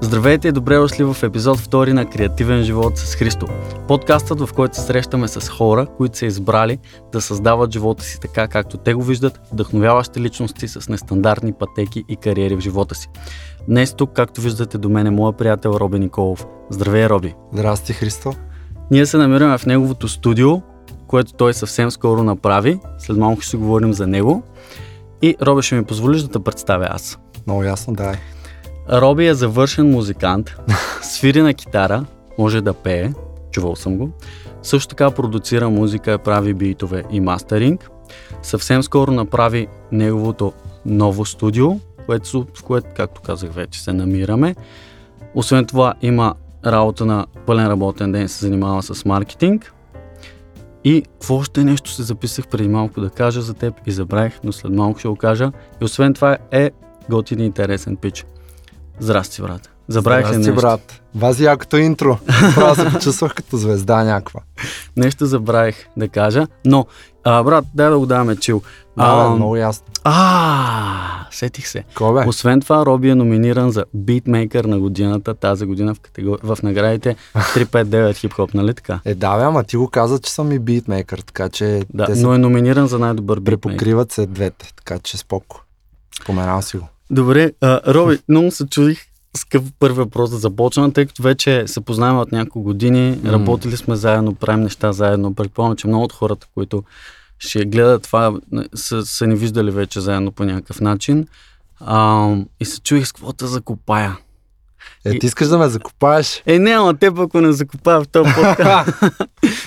Здравейте и добре дошли в епизод 2 на Креативен живот с Христо. Подкастът, в който се срещаме с хора, които са избрали да създават живота си така, както те го виждат, вдъхновяващи личности с нестандартни пътеки и кариери в живота си. Днес тук, както виждате до мен е моя приятел Роби Николов. Здравей, Роби! Здрасти, Христо. Ние се намираме в неговото студио, което той съвсем скоро направи. След малко ще си говорим за него. И Роби ще ми позволиш да те представя аз. Много ясно, да. Роби е завършен музикант, свири на китара, може да пее, чувал съм го. Също така продуцира музика, прави битове и мастеринг. Съвсем скоро направи неговото ново студио, което, в което, както казах вече, се намираме. Освен това има работа на пълен работен ден, се занимава с маркетинг. И в още нещо се записах преди малко да кажа за теб и забравих, но след малко ще го кажа. И освен това е готин и интересен пич. Здрасти, брат. Забравих ли Здрасти, нещо? брат. Вази якото интро. Право се почувствах като звезда някаква. Нещо забравих да кажа, но, а, брат, дай да го даваме чил. Да, Ам, бе, много ясно. А, сетих се. Кой бе? Освен това, Роби е номиниран за битмейкър на годината тази година в, категор... в наградите 359 хип-хоп, нали така? Е, да, бе, ама ти го каза, че съм и битмейкър, така че Да, те се но е номиниран за най-добър битмейкър. препокриват се двете, така че споко. Споменал си го. Добре, а, Роби, много се чудих с какъв първи въпрос да започна, тъй като вече се познаваме от няколко години, М. работили сме заедно, правим неща заедно. Предполагам, че много от хората, които ще гледат това, са, са ни виждали вече заедно по някакъв начин. А, и се чудих с какво да закопая. И- Е, ти искаш да ме закопаеш? Е, не, ама те пък ако не закопая в този подкаст.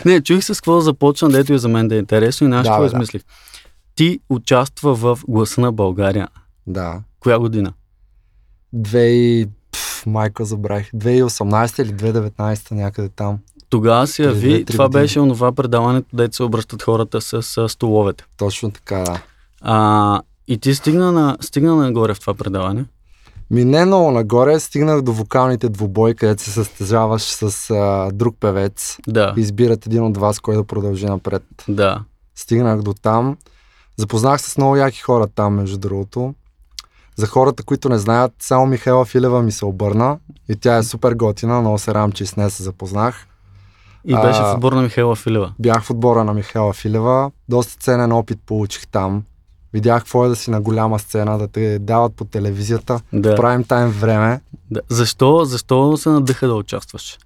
не, чуих се с какво да започна, дето и за мен да е интересно и Да, нашето бе, да, да. измислих. Ти участва в Гласа на България. Да. Коя година? Две и... Пф, майка забравих. 2018 или 2019 някъде там. Тогава се Преди яви, две-три това години. беше онова предаването, дето се обръщат хората с, с столовете. Точно така, да. А, и ти стигна, на, стигна нагоре в това предаване. Ми не много нагоре, стигнах до вокалните двубой, където се състезаваш с а, друг певец. Да, избират един от вас, кой да продължи напред. да. Стигнах до там. Запознах се с много яки хора там, между другото. За хората, които не знаят, само Михайла Филева ми се обърна и тя е супер готина, много се рам, че и с нея се запознах. И беше А, в отбор на Михайла Филева. Бях в отбора на Михайла Филева, доста ценен опит получих там. Видях какво е да си на голяма сцена, да те дават по телевизията, Да, правим тайм време. да. Защо, защо се надъха да участваш?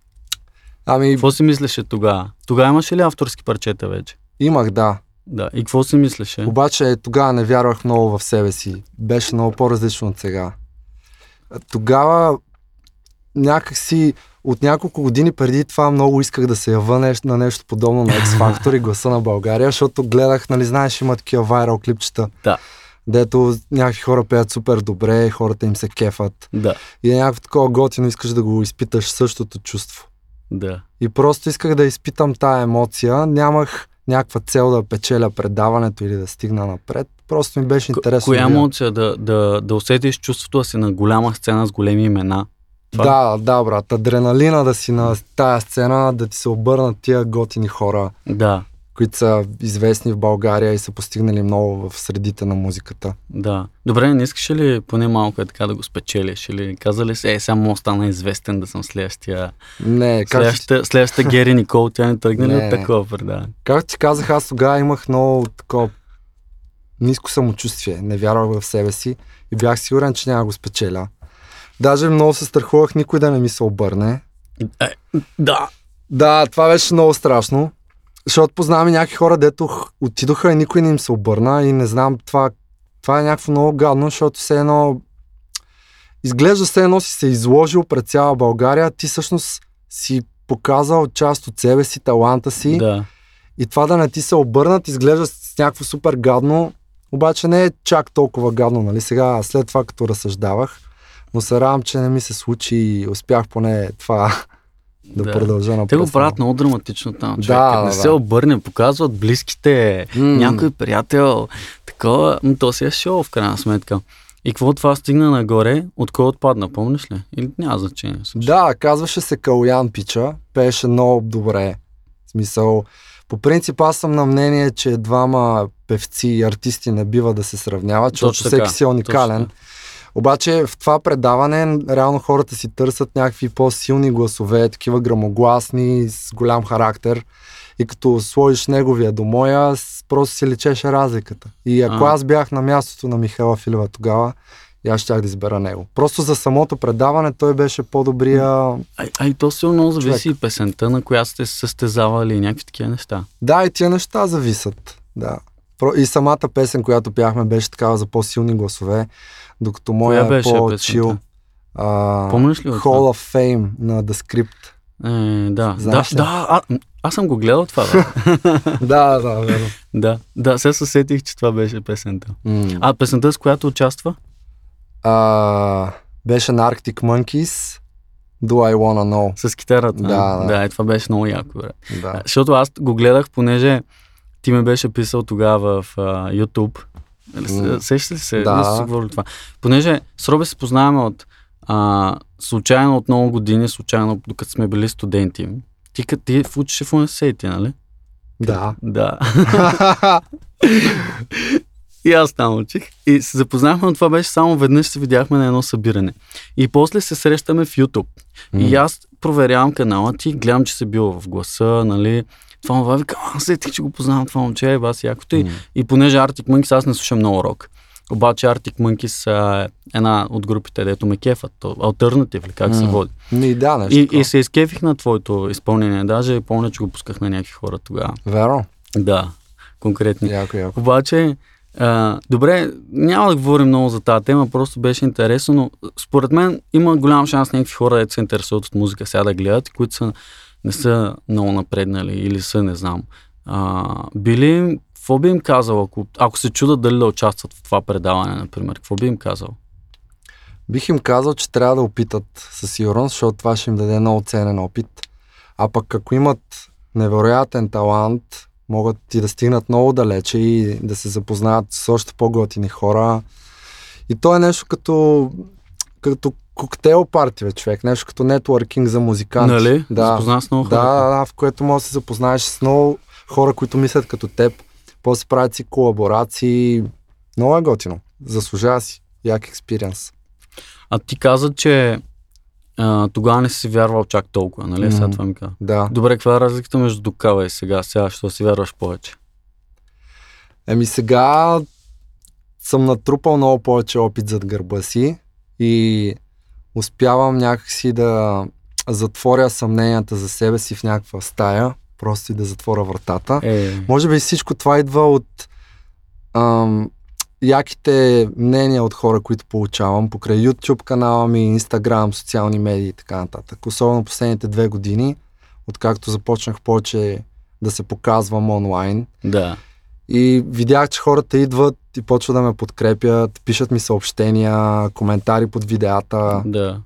Ами Какво си мислеше тогава? Тогава имаше ли авторски парчета вече? имах, да, Да. И какво си мислеше? Обаче е, тогава не вярвах много в себе си. Беше много по-различно от сега. Тогава някакси от няколко години преди това много исках да се ява неш- на нещо подобно на X Factor и гласа на България, защото гледах, нали знаеш, има такива вайрал клипчета. Да. Дето някакви хора пеят супер добре, хората им се кефат. Да, И е някакво такова готино искаш да го изпиташ същото чувство. да. И просто исках да изпитам тая емоция. Нямах някаква цел да печеля предаването или да стигна напред. Просто ми беше К- интересно. Коя е да видя. емоция да, да, да усетиш чувството да си на голяма сцена с големи имена? това? Да, да, брат. Адреналина да си на тая сцена, да ти се обърнат тия готини хора, Да, които са известни в България и са постигнали много в средите на музиката. да. Добре, не искаш ли поне малко е така да го спечелиш? Или каза ли се, е, сега мога да стана известен да съм следващия, Не, как ще следващата, следващата Гери Никол, тя не тръгне ли Не, от не. такова предаване? Както ти казах, аз тогава имах много такова ниско самочувствие. Не вярвах в себе си и бях сигурен, че няма да го спечеля. Даже много се страхувах никой да не ми се обърне. Да, Да, това беше много страшно. Защото познавам и някакви хора, дето х- отидоха и никой не им се обърна и не знам това. Това е някакво много гадно, защото все едно... Изглежда все едно си се изложил пред цяла България, ти всъщност си показал част от себе си, таланта си да. и това да не ти се обърнат изглежда с някакво супер гадно, обаче не е чак толкова гадно, нали? Сега, след това, като разсъждавах, но се радвам, че не ми се случи и успях поне това да, Да. продължа напред. Те го правят много драматично там. Човек, Да, да, не да, се да. обърне, показват близките, М. някой приятел, такова, м, то си е шоу в крайна сметка. И какво от това стигна нагоре, от кой отпадна, помниш ли? Или няма значение? всъщност? Да, казваше се Калян Пича, пееше много добре. В смисъл, по принцип аз съм на мнение, че двама певци и артисти не бива да се сравняват, защото Точно така, всеки си е уникален. точно. Обаче в това предаване реално хората си търсят някакви по-силни гласове, такива грамогласни, с голям характер. И като сложиш неговия до моя, с- просто се лечеше разликата. И ако А. аз бях на мястото на Михайла Филева тогава, и аз щях да избера него. Просто за самото предаване той беше по-добрия. Ай, ай то силно много зависи и песента, на която сте се състезавали и някакви такива неща. Да, и тия неща зависят. Да. Про- И самата песен, която пяхме, беше такава за по-силни гласове, докато моя е беше по-чил. песента? А, Помниш ли го Hall of Fame на The Script. това? Е, да, да, Знаеш ли? да, а, м, аз съм го гледал това, бе. да, да, верно. да, да, се съсетих, че това беше песента. А... А песента, с която участва? А, беше на Arctic Monkeys. Do I Wanna Know? С китарата. а? Да, да. да, е, това беше много яко, бе. Да. Защото аз го гледах, понеже ти ме беше писал тогава в а, YouTube. Нали се- М. Сещаш ли се? Да. Да. си говорили това. Понеже с Робе се познаваме от а, случайно от много години, случайно докато сме били студенти. Ти, кът- ти учиш в университети, нали? да. Да. И аз там учих. И се запознахме, но това беше само веднъж се видяхме на едно събиране. И после се срещаме в YouTube. И аз проверявам канала ти, гледам, че си бил в гласа, нали. Това му викам, аз сетих, че го познавам това момче, е бас якото. И, М. и понеже Arctic Monkeys, аз не слушам много рок. Обаче Arctic Monkeys а, е една от групите, дето ме кефат. то- Alternative ли, как се М. води. Ми, да, нещо. И, такова. и се изкефих на твоето изпълнение. Даже помня, че го пусках на някакви хора тогава. Верно. Да, конкретни Яко, яко. обаче, а, добре, няма да говорим много за тази тема, просто беше интересно, но според мен има голям шанс някакви хора, дето се интересуват от музика сега да гледат, които са, не са много напреднали или са, не знам. А, били им, какво би им казал, ако, ако се чудат дали да участват в това предаване, например, какво би им казал? Бих им казал, че трябва да опитат със сигурност, защото това ще им даде много ценен опит. А пък ако имат невероятен талант, могат и да стигнат много далече и да се запознаят с още по-готини хора. И то е нещо като, като коктейл партия, човек. Нещо като нетворкинг за музиканти. нали? Да. Запозна с много Да, хора. да, да, в което може да се запознаеш с много хора, които мислят като теб. После правят си колаборации. Много е готино. Заслужава си. Як експириенс. А ти каза, че а, тогава не си вярвал чак толкова, нали? Сега Мгм. това ми каза. Да. Добре, каква е разликата между докава и сега? Сега, що си вярваш повече? Еми сега съм натрупал много повече опит зад гърба си и успявам някакси да затворя съмненията за себе си в някаква стая, просто и да затворя вратата. Е, Може би всичко това идва от ам, яките мнения от хора, които получавам покрай YouTube канала ми, Instagram, социални медии и така нататък. Особено последните две години, откакто започнах повече да се показвам онлайн, да. И видях, че хората идват и почват да ме подкрепят, пишат ми съобщения, коментари под видеята. Да.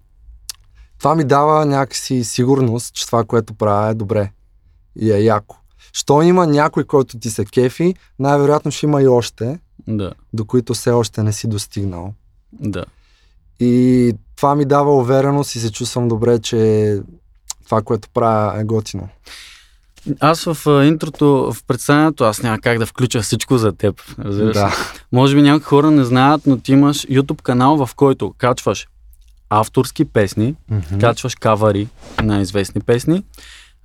Това ми дава някакси сигурност, че това, което правя е добре и е яко. Що има някой, който ти се кефи, най-вероятно ще има и още, Да. до които все още не си достигнал. Да. И това ми дава увереност и се чувствам добре, че това, което правя е готино. Аз в а, интрото, в представянето, аз няма как да включа всичко за теб. Разбираш? ли? Да, Може би някои хора не знаят, но ти имаш YouTube канал, в който качваш авторски песни, Мгм. качваш кавари на известни песни,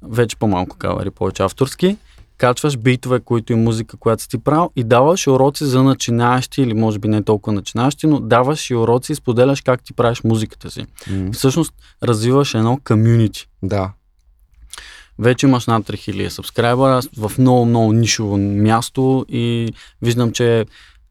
вече по-малко кавари, повече авторски, качваш битове, които и музика, която си ти правил и даваш уроци за начинаещи или може би не толкова начинаещи, но даваш и уроци и споделяш как ти правиш музиката си. М, Всъщност развиваш едно комюнити. да. Вече имаш над 3000 сабскрайбъра аз в много, много нишово място и виждам, че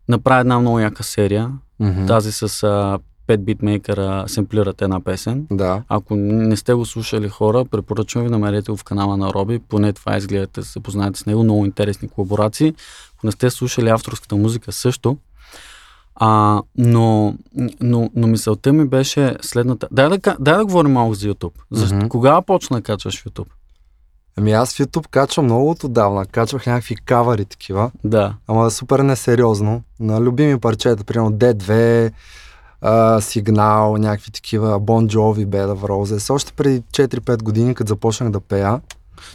направи една много яка серия. Мгм. Тази с а, 5 битмейкера семплират една песен. Да. Ако не сте го слушали хора, препоръчвам ви, намерете го в канала на Роби, поне това изгледате, се запознаете с него, много интересни колаборации. Ако не сте слушали авторската музика също, а, но, но, но мисълта ми беше следната. Дай да, ка- дай да говорим малко за YouTube. Защо, Мгм. Кога почна да качваш в YouTube? Ами аз в YouTube качвам много от отдавна. Качвах някакви кавари такива, Да. ама супер несериозно. На любими парчета, примерно D2, а, Сигнал, някакви такива, Bon Jovi, Bed of Roses. Още преди 4-5 години, като започнах да пея.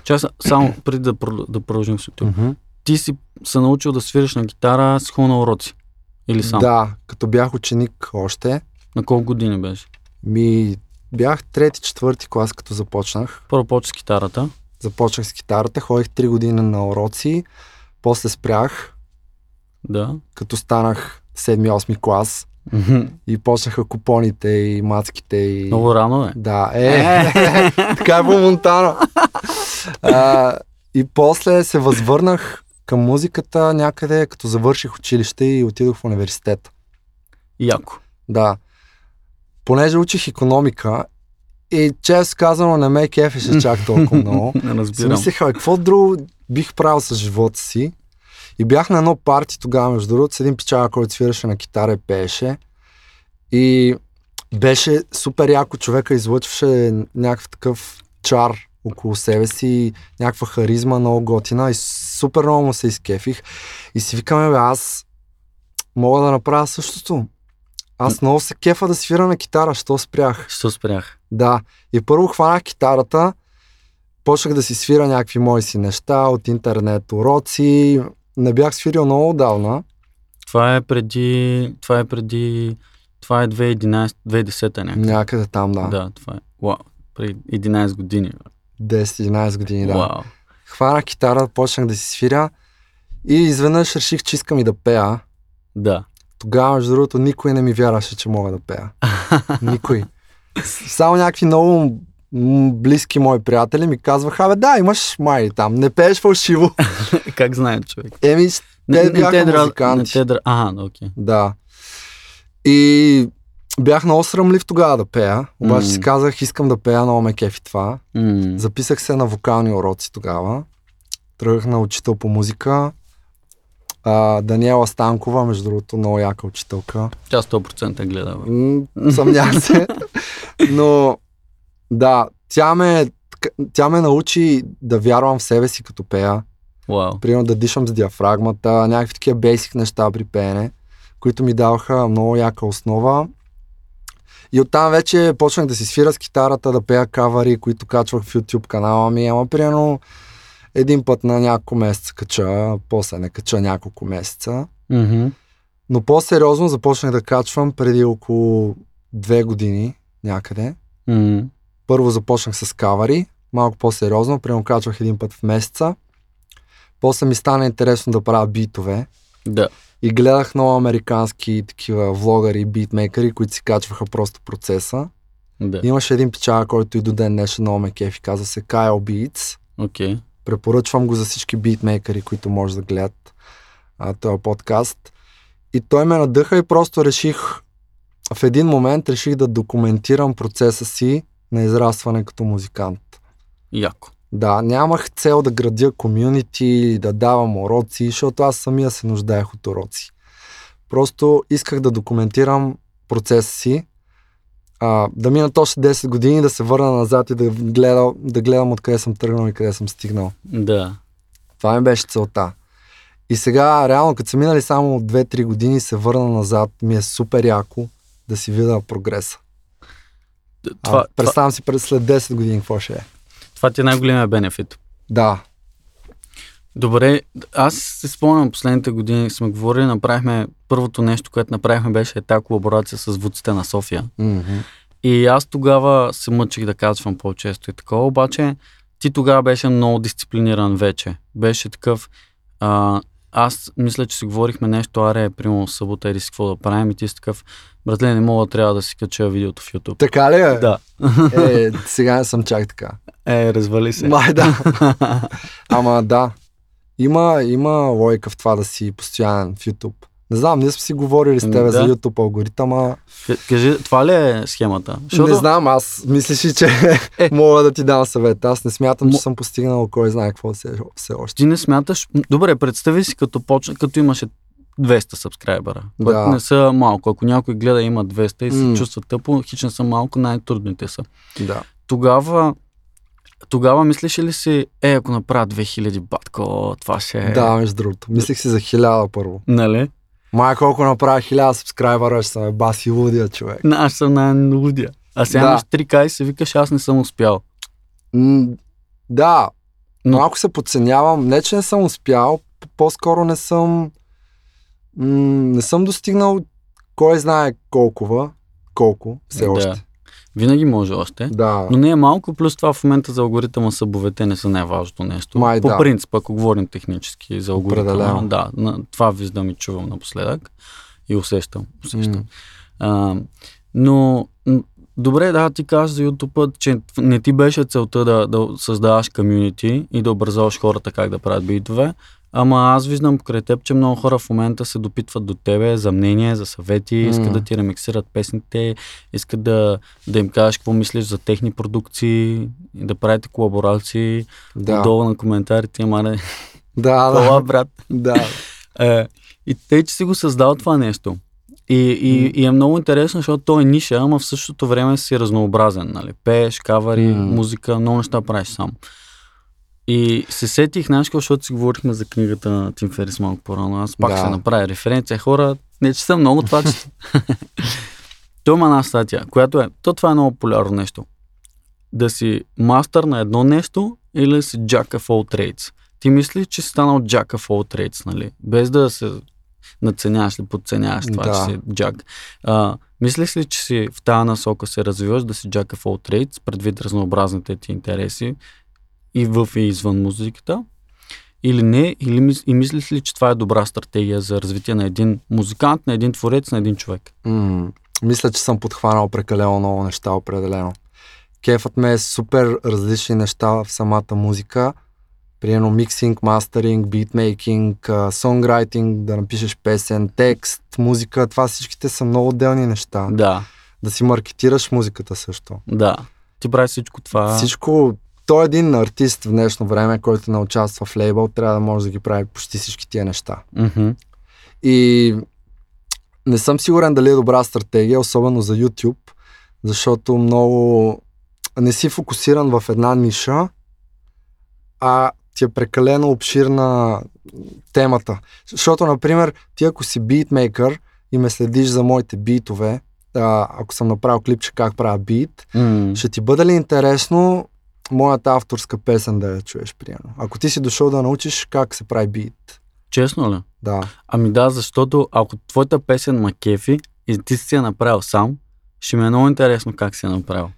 Чакай, са- само преди да, продъл- да продължим с YouTube. Mm-hmm. Ти си се научил да свириш на гитара с хубаво на уроци. Или сам? Да, като бях ученик още, На колко години беше? Ми, бях трети, четвърти клас, като започнах. Първо почва с китарата. Започнах с китарата, ходих 3 години на уроци, после спрях, Да. като станах 7-8 клас и почнаха купоните и мацките и... Много рано е. Да, е, така е по Монтано. А, и после се възвърнах към музиката някъде, като завърших училище и отидох в университет. Яко. Да. Понеже учих економика и често казано не ме е кефеше чак толкова много. Не си разбирам. мислех, а какво друго бих правил с живота си? И бях на едно парти тогава, между другото, с един печага, който свираше на китара и пееше. И беше супер яко, човека излъчваше някакъв такъв чар около себе си, някаква харизма, много готина и супер много му се изкефих. И си викаме, бе, аз мога да направя същото. Аз много се кефа да свира на китара, що спрях. Що спрях? Да. И първо хванах китарата, почнах да си свира някакви мои си неща от интернет, уроци. Не бях свирил много отдавна. Това е преди... Това е преди... Това е 2011, 2010 някак. Някъде там, да. Да, това е. Вау. При 11 години. 10-11 години, да. Вау. Хванах китара, почнах да си свиря и изведнъж реших, че искам и да пея. Да. Тогава, между другото, никой не ми вярваше, че мога да пея. Никой. С- Само някакви много м, близки мои приятели ми казваха, абе да, имаш май там, не пееш фалшиво. Е, как знае човек? Еми, Те бяха дра- музиканти. не те дра... Ага, да, окей. Да. И бях много срамлив тогава да пея, обаче М. си казах, искам да пея, много ме кефи това. М, Записах се на вокални уроци тогава. Тръгнах на учител по музика. А, Даниела Станкова, между другото, много яка учителка. Тя 100% гледа. бе. М, Съмнявам се. Но да, тя ме, тя ме научи да вярвам в себе си като пея. Вау. Примерно да дишам с диафрагмата, някакви такива бейсик неща при пеене, които ми даваха много яка основа. И оттам вече почнах да си свира с китарата, да пея кавари, които качвах в YouTube канала ми. Ама примерно един път на няколко месеца кача, после не кача няколко месеца. Мгм. Но по-сериозно започнах да качвам преди около две години някъде. Мгм. Първо започнах с кавари, малко по-сериозно, примерно качвах един път в месеца. После ми стана интересно да правя битове Да. и гледах много американски такива влогари, битмейкъри, които си качваха просто процеса. Да. Имаше един печага, който и до ден днешен много ме кефи, казва се Kyle Beats. Окей. Препоръчвам го за всички битмейкъри, които може да гледат а, този подкаст. И той ме надъха и просто реших, в един момент реших да документирам процеса си на израстване като музикант. Яко. Да, нямах цел да градя комюнити или да давам уроци, защото аз самия се нуждаех от уроци. Просто исках да документирам процеса си, а, да е минат още 10 години, да се върна назад и да гледам, да гледам откъде съм тръгнал и къде съм стигнал. Да. Това ми беше целта. И сега, реално, като са минали само 2-3 години и се върна назад, ми е супер яко да си видя прогреса. Т- А, Това, това, представям си през след 10 години какво ще е. това ти е най-големия бенефит. Да, Добре, аз се спомням последните години сме говорили, направихме първото нещо, което направихме беше е тази колаборация с звуците на София. mm-hmm. И аз тогава се мъчих да казвам по-често и такова, обаче ти тогава беше много дисциплиниран вече. Беше такъв, а, аз мисля, че си говорихме нещо, аре, примерно събота или си какво да правим и ти си такъв, братле, не мога, трябва да си кача видеото в YouTube. така ли е? Да. Е, сега не съм чак така. Е, развали се. Май да. Ама да. Има, има логика в това да си постоянен в YouTube. Не знам, ние сме си говорили с М, тебе да. за YouTube алгоритъма. К- Кажи, това ли е схемата? Защото- Не знам, аз мислиш ли, че Е. мога да ти дам съвет. Аз не смятам, Мо- че съм постигнал кой знае какво все, все още. Ти не смяташ... Добре, представи си, като, почна, като имаше 200 сабскрайбера, което Да. не са малко. Ако някой гледа и има 200 и се М. чувства тъпо, хич не са малко, най-трудните са. Да. Тогава, тогава мислиш ли си, е, ако направя 2000 батко, това ще е... Да, между другото. Мислех си за хиляда първо. Нали? Май колко направя хиляда субскрайбера, ще съм е баси лудия човек. На, Аз съм най-лудия. А сега Да. имаш 3К и се викаш, аз не съм успял. М, да, Но- но... малко се подценявам. Не, че не съм успял, п- по-скоро не съм... М- не съм достигнал кой знае колкова, колко, все Да. още. Винаги може още. Да. Но не е малко, плюс това в момента за алгоритъма събовете не са най-важното нещо. Май По да. принцип, ако говорим технически за алгоритъма, Определено. да, на, това виждам и чувам напоследък и усещам. усещам. М. А, но м, добре, да, ти каза за YouTube, че не ти беше целта да, да създаваш комюнити и да образоваш хората как да правят битове, ама аз виждам покрай теб, че много хора в момента се допитват до тебе за мнение, за съвети, М. искат да ти ремиксират песните, искат да, да им кажеш какво мислиш за техни продукции, и да правите колаборации. Да. Долу на коментарите има не, Да, да, кола, брат. да. Е, и тъй, че си го създал това нещо. И, и, М. и е много интересно, защото той е ниша, ама в същото време си разнообразен. Нали? Пееш, кавари, М. музика, много неща правиш сам. И се сетих, знаеш, какво, защото си говорихме за книгата на Тим Ферис малко по-рано. Аз пак Да. да. ще направя референция. Хора, не че съм много това, че... Той има една статия, която е... То това е много популярно нещо. Да си мастър на едно нещо или да си jack of all trades. Ти мислиш, че си станал jack of all trades, нали? Без да се надценяваш ли, подценяваш това, Да. че си джак. А, мислиш ли, че си в тази насока се развиваш да си джака в all trades, предвид разнообразните ти интереси и в и извън музиката? Или не? Или мис... и мислиш ли, че това е добра стратегия за развитие на един музикант, на един творец, на един човек? М, мисля, че съм подхванал прекалено много неща, определено. Кефът ме е супер различни неща в самата музика. Примерно миксинг, мастеринг, битмейкинг, а, сонграйтинг, да напишеш песен, текст, музика. Това всичките са много отделни неща. Да, Да си маркетираш музиката също. да. Ти правиш всичко това. Всичко, той е един артист в днешно време, който не участва в лейбъл, трябва да може да ги прави почти всички тия неща. Мгм. И не съм сигурен дали е добра стратегия, особено за YouTube, защото много не си фокусиран в една ниша, а ти е прекалено обширна темата. Защото, например, ти ако си битмейкър и ме следиш за моите битове, а, ако съм направил клипче как правя бит, М. ще ти бъде ли интересно моята авторска песен да я чуеш, примерно? Ако ти си дошъл да научиш как се прави бит. Честно ли? Да. Ами да, защото ако твоята песен ма кефи и ти си я направил сам, ще ми е много интересно как си я направил.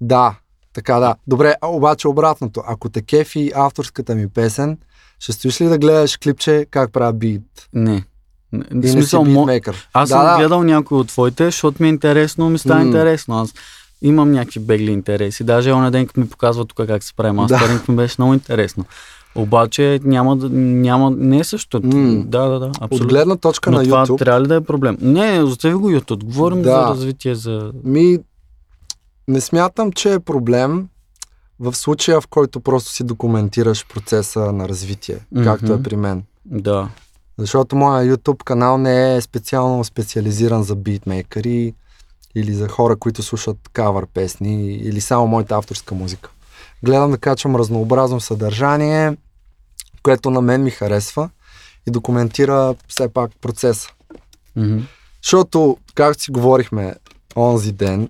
Да, така да. Добре, а обаче обратното. Ако те кефи авторската ми песен, ще стоиш ли да гледаш клипче как правя бит? Не. Не, И в не си смисъл, мо... битмейкър. Аз да, съм да, гледал някои от твоите, защото ми е интересно, ми става М. интересно. Аз имам някакви бегли интереси. Даже онен ден, като ми показва тук как се прави мастеринг, ми беше много интересно. Обаче няма, да- няма, не е същото. М. Да, да, да, От абсолютно. гледна точка Но на това YouTube, трябва ли да е проблем? Не, остави го YouTube. Говорим Да. за развитие, за... ми не смятам, че е проблем в случая, в който просто си документираш процеса на развитие, Мгм. както е при мен. Да. Защото моя YouTube канал не е специално специализиран за битмейкъри или за хора, които слушат кавър песни или само моята авторска музика. Гледам да качвам разнообразно съдържание, което на мен ми харесва и документира все пак процеса. Мгм. Защото, както си говорихме онзи ден,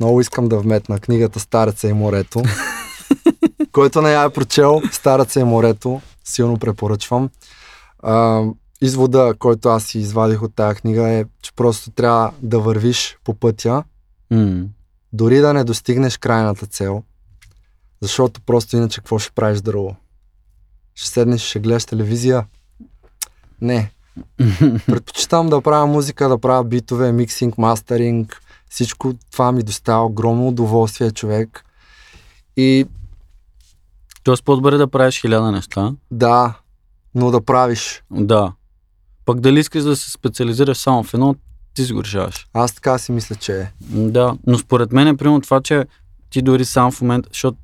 много искам да вметна книгата Стареца и морето. Който не я е прочел, Стареца и морето, силно препоръчвам. А, извода, който аз си извадих от тази книга е, че просто трябва да вървиш по пътя, М. дори да не достигнеш крайната цел, защото просто иначе какво ще правиш друго? Ще седнеш и ще гледаш телевизия? Не. Предпочитам да правя музика, да правя битове, миксинг, мастеринг. Всичко това ми доставя огромно удоволствие, човек. И Тоест е по-добре да правиш хиляда неща. да, но да правиш. Да. Пък дали искаш да се специализираш само в едно, ти си го решаваш. Аз така си мисля, че е. М, Да, но според мен е примерно това, че ти дори сам в момента, защото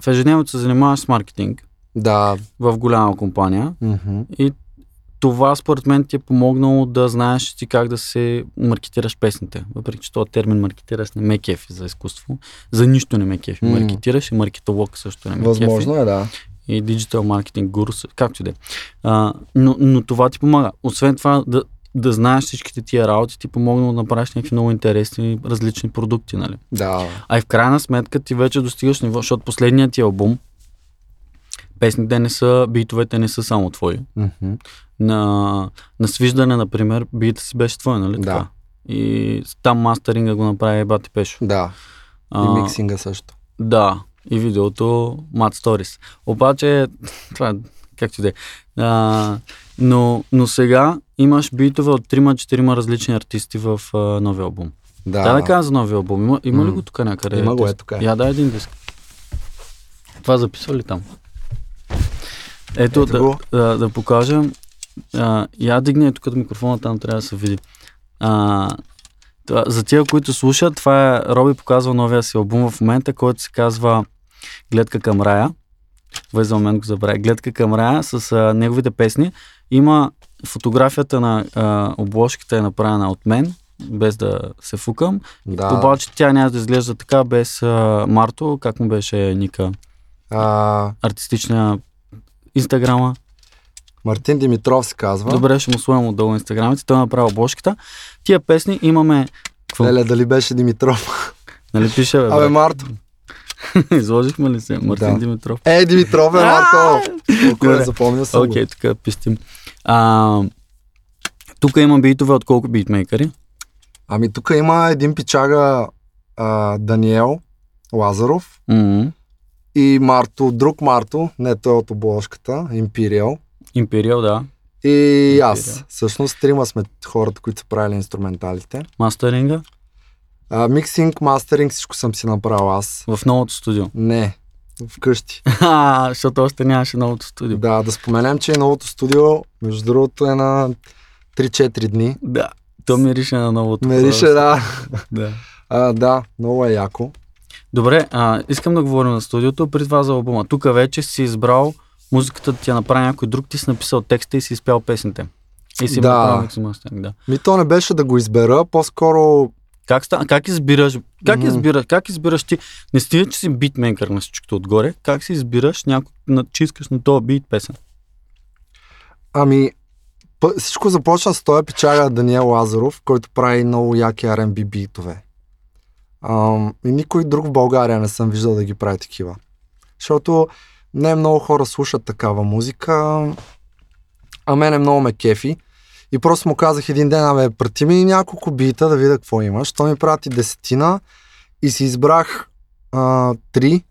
в ежедневието се занимаваш с маркетинг Да. в голяма компания Мгм. и това според мен ти е помогнало да знаеш ти как да се маркетираш песните. Въпреки, че този термин маркетираш не ме кефи за изкуство. За нищо не ме кефи. М. Маркетираш и маркетолог също не ме кефи. Възможно е, да. и диджитал маркетинг гуру, с- както и да е. А, Но, но това ти помага. Освен това, да, да знаеш всичките тия работи, ти помогна да направиш някакви много интересни различни продукти, нали? Да. А и в крайна сметка ти вече достигаш ниво, защото последният ти албум, песните не са, битовете не са само твои. Мгм. На, на свиждане, например, бита си беше твой, нали? Да. Така? И там мастеринга го направи Бати Пешо. Да, А, и миксинга също. Да, и видеото Mad Stories. Обаче, това е както и да е. А, Но, но сега имаш битове от 3-4 различни артисти в а, новия албум. Да, Да, да, да кажа за новия албум. Има, има ли М. го тук някъде? Има го, диск? е тука е. Я дай един диск. Това записва ли там? Ето, Ето да, го. да, да покажем. А, я дигни тук от микрофона, там трябва да се види. А, това, за тия, които слушат, това е, Роби показва новия си албум в момента, който се казва Гледка към рая. Вай за момент го забравя. Гледка към рая с а, неговите песни. Има фотографията на а, обложката е направена от мен, без да се фукам. да. Обаче тя няма да изглежда така без а, Марто, как му беше Ника, А, артистичния инстаграма. Мартин Димитров се казва. Добре, ще му сложим отдолу инстаграмите, той направи обложката. Тия песни имаме... Какво? Леле, дали беше Димитров? Нали пише, бе, Абе, брат? Марто. Изложихме ли се? Мартин Да. Димитров. Е, Димитров е Марто. Колко Добре. е, запомнил съм. го. Окей, така пистим. А, тук има битове от колко битмейкъри. Ами тук има един пичага а, Даниел Лазаров Мгм. и Марто, друг Марто, не той е от обложката, Империал. Империал, да. И Imperial. аз. Всъщност трима сме хората, които са правили инструменталите. Мастеринга А, миксинг, мастеринг, всичко съм си направил аз. в новото студио. Не, вкъщи. Ха, защото още нямаше новото студио. да, да споменем, че и новото студио, между другото, е на 3-4 дни. Да. То мирише на новото. Мерише, да. Да. Нали, А, да, много е яко. Добре, а, искам да говорим на студиото, при това за албума. Тук вече си избрал музиката да ти я направи някой друг, ти си написал текста и си изпял песните. И си Да. направил Mix Mustang, да. Ми то не беше да го избера, по-скоро Как, ста, как избираш? Как Мгм. избираш? Как избираш ти? Не стига, че си битмейкър на всичкото отгоре. Как си избираш някой, на, че искаш на този бит песен? Ами, пъ- всичко започна с този печага Даниел Лазаров, който прави много яки R&B битове. Ам, и никой друг в България не съм виждал да ги прави такива. Защото не много хора слушат такава музика, а мене много ме кефи. И просто му казах един ден, абе, прати ми няколко бита да видя какво имаш. Той ми прати десетина и си избрах а, три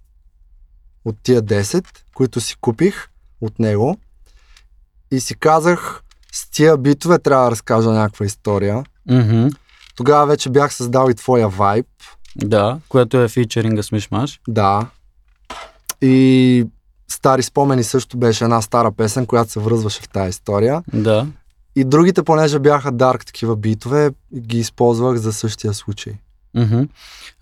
от тия 10, които си купих от него и си казах, с тия битове трябва да разкажа някаква история. Мгм. Тогава вече бях създал и твоя вайб, Да, което е фичеринга с Мишмаш. да. И Стари спомени също беше една стара песен, която се връзваше в тази история. Да. И другите, понеже бяха дарк такива битове, ги използвах за същия случай. Мгм.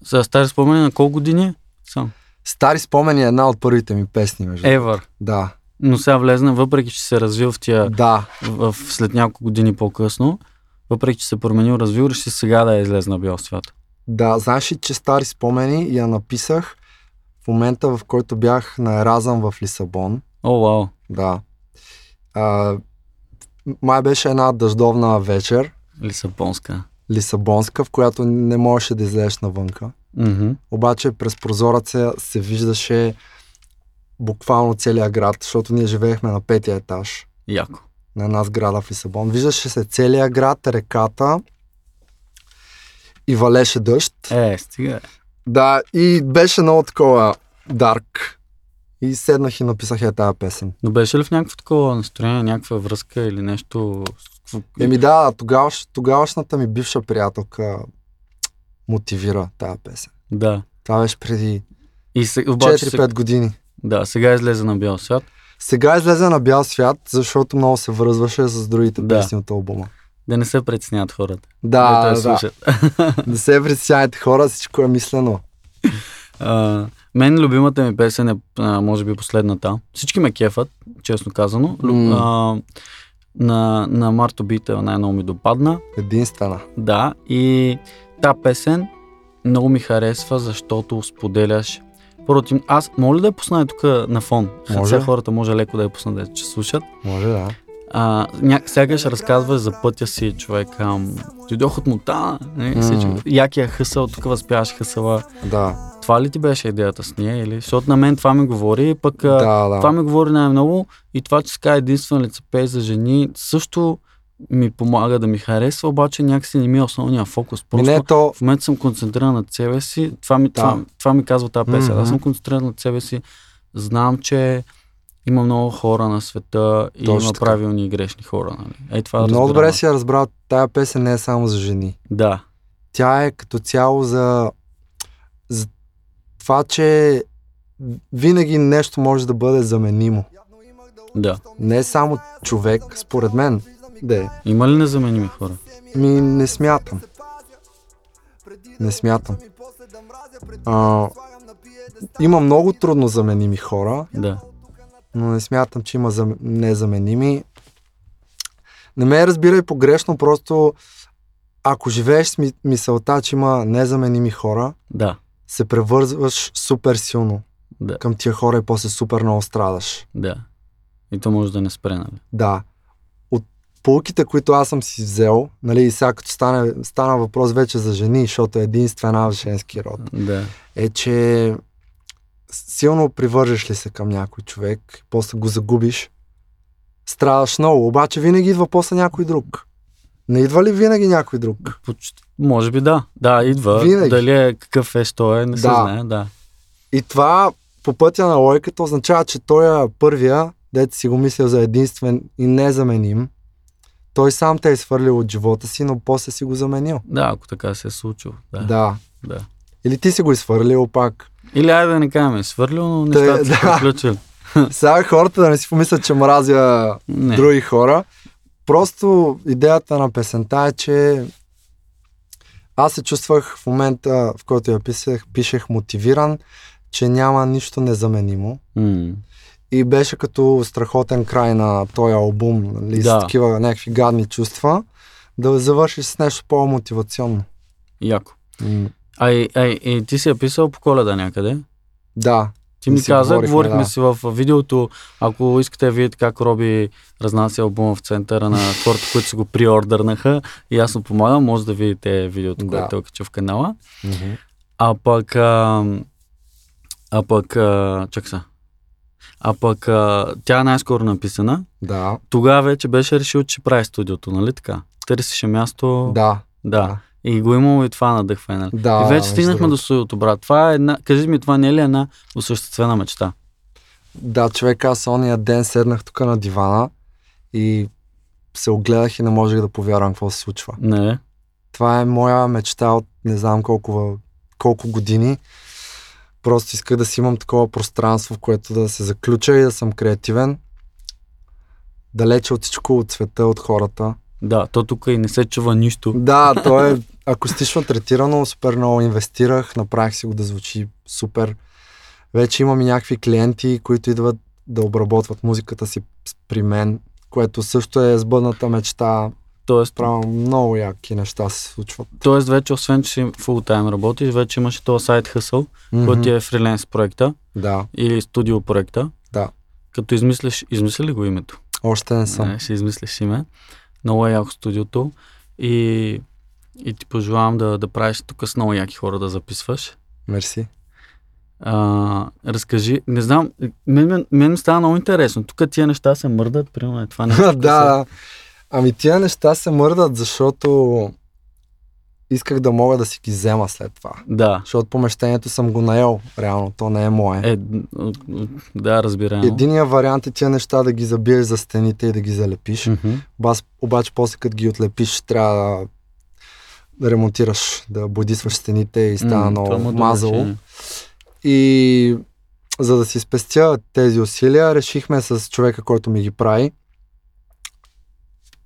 За стари спомени на колко години? Сам. Стари спомени е една от първите ми песни, между. Ever. Да, Но сега влезна, въпреки че се развил в тия да, в, в- след няколко години по-късно, въпреки че се променил, развил, реши сега да е излез на бял свят. да. Знаеш ли, че Стари спомени я написах в момента, в който бях на Еразъм в Лисабон. О, вау. Да. А, май беше една дъждовна вечер, Лисабонска. лисабонска, в която не можеше да излезеш навънка. Мгм. Обаче през прозореца се виждаше буквално целия град, защото ние живеехме на петия етаж Яко. на една сграда в Лисабон. Виждаше се целия град, реката и валеше дъжд. Е, стига. Да, и беше много такова дарк. И седнах и написах я тази песен. Но беше ли в някакво такова настроение, някаква връзка или нещо? с какво- Еми да, тогаваш, тогавашната ми бивша приятелка мотивира тази песен. Да. Това беше преди И се, обаче, 4-5 сега, години. да, сега излезе на бял свят. Сега излезе на бял свят, защото много се връзваше с другите Да. песни от албума. Да не се притеснят хората. които я Да, да. слушат. Не се притесняйте хора, всичко е мислено. А, мен любимата ми песен е, а, може би, последната. Всички ме кефат, честно казано. Лю- М. А, на, на Марто Бита най-много ми допадна. Единствена. Да, и та песен много ми харесва, защото споделяш. Първо ти, аз моля ли да я пусна тук на фон. Е, Може. Сега хората може леко да я пуснат, да че слушат. Може да. А, ня... сякаш разказваш за пътя си, човек. Ам... Дойдох от мута, не, М. всичко. Якия хъсъл, тук възпяваш хъсъла. Да, Това ли ти беше идеята с нея? Или? Защото на мен това ми говори, пък а, да, да. това ми говори най-много и това, че ска единствена лицепей за жени, също ми помага да ми харесва, обаче някакси не ми е основния фокус. Ми Просто не е то, в момента съм концентриран над себе си. Това ми, това, това ми казва тази песен. Аз съм Мгм. концентриран над себе си. Знам, че има много хора на света и Точно има така. правилни и грешни хора. Нали? Ей, това много разбирам добре аз. си я разбрал, тая песен не е само за жени. Да. тя е като цяло за, за това, че винаги нещо може да бъде заменимо. Да. Не е само човек, според мен. Да е. Има ли незаменими хора? Ми не смятам. Не смятам. А, има много трудно заменими хора, Да. но не смятам, че има зам... незаменими. Не ме разбирай погрешно, просто ако живееш с ми- мисълта, че има незаменими хора, Да. се превързваш супер силно Да. към тия хора и после супер много страдаш. Да. И то може да не спре, нали? Да. От полуките, които аз съм си взел, нали, и сега като стане, стана въпрос вече за жени, защото е единствена в женски род, Да. е, че силно привържеш ли се към някой човек, после го загубиш, страдаш много, обаче винаги идва после някой друг. Не идва ли винаги някой друг? Почти. Може би да. Да, идва. Винаги. Дали е какъв е, що е, не се Да. знае. Да. И това по пътя на логиката означава, че той е първия, дете си го мислил за единствен и незаменим. Той сам те е свърлил от живота си, но после си го заменил. Да, ако така се е случило. Да. да. Да. да. Или ти си го изхвърлил пак. Или айде да не кажем, е свърлил, но Тъй, нещата са да. приключили. Сега хората да не си помислят, че мразя Не. други хора. Просто идеята на песента е, че аз се чувствах в момента, в който я писах, пишех мотивиран, че няма нищо незаменимо. М, И беше като страхотен край на този албум, нали, Да. с такива някакви гадни чувства, да завършиш с нещо по-мотивационно. яко. М, Ай, ай, и ти си я писал по коледа някъде. Да, Ти Не ми си каза, говорихме, говорихме, да. си в видеото, ако искате да видите как Роби разнася албума в центъра на хората, които си го приордърнаха и аз му помагам, може да видите видеото, Да. което е кача в канала. А пък... А, а пък... А, чак са. А пък а, тя е най-скоро написана. да, Тогава вече беше решил, че прави студиото, нали така? Търсеше място. да, да. И го имало и това надъхване. нали? да. и вече между стигнахме другото. до студиото, брат. Това е една, кажи ми, това не е ли една осъществена мечта? Да, човек, аз ония ден седнах тук на дивана и се огледах и не можех да повярвам какво се случва. Не. Това е моя мечта от не знам колко, въ- колко години. Просто исках да си имам такова пространство, в което да се заключа и да съм креативен. Далече от всичко, от света, от хората. Да, то тук и не се чува нищо. Да, то е акустично третирано, супер много инвестирах, направих си го да звучи супер. Вече имам и някакви клиенти, които идват да обработват музиката си с- при мен, което също е сбъдната мечта. Тоест, Право много яки неща се случват. тоест вече, освен че си full-time работиш, вече имаш и този сайт Hustle, Мгм. който ти е фриленс проекта Да, или студио проекта. Да. Като измислиш, измисли ли го името? още не съм. Не, ще измислиш име. Много е яко студиото. И, и ти пожелавам да, да правиш тук с много яки хора да записваш. Мерси. А, разкажи, не знам, мен, мен, мен ми става много интересно. Тук тия неща се мърдат, примерно е това нещо. да, тук се- да. Ами тия неща се мърдат, защото исках да мога да си ги взема след това. Да. Защото помещението съм го наел, реално, то не е мое. Е, да, разбираемо. Единия вариант е тия неща да ги забиеш за стените и да ги залепиш. Мгм. Бас, обаче после като ги отлепиш, трябва да, да ремонтираш, да бодисваш стените и става М, това му е много добро мазало. решение. И за да си спестя тези усилия, решихме с човека, който ми ги прави,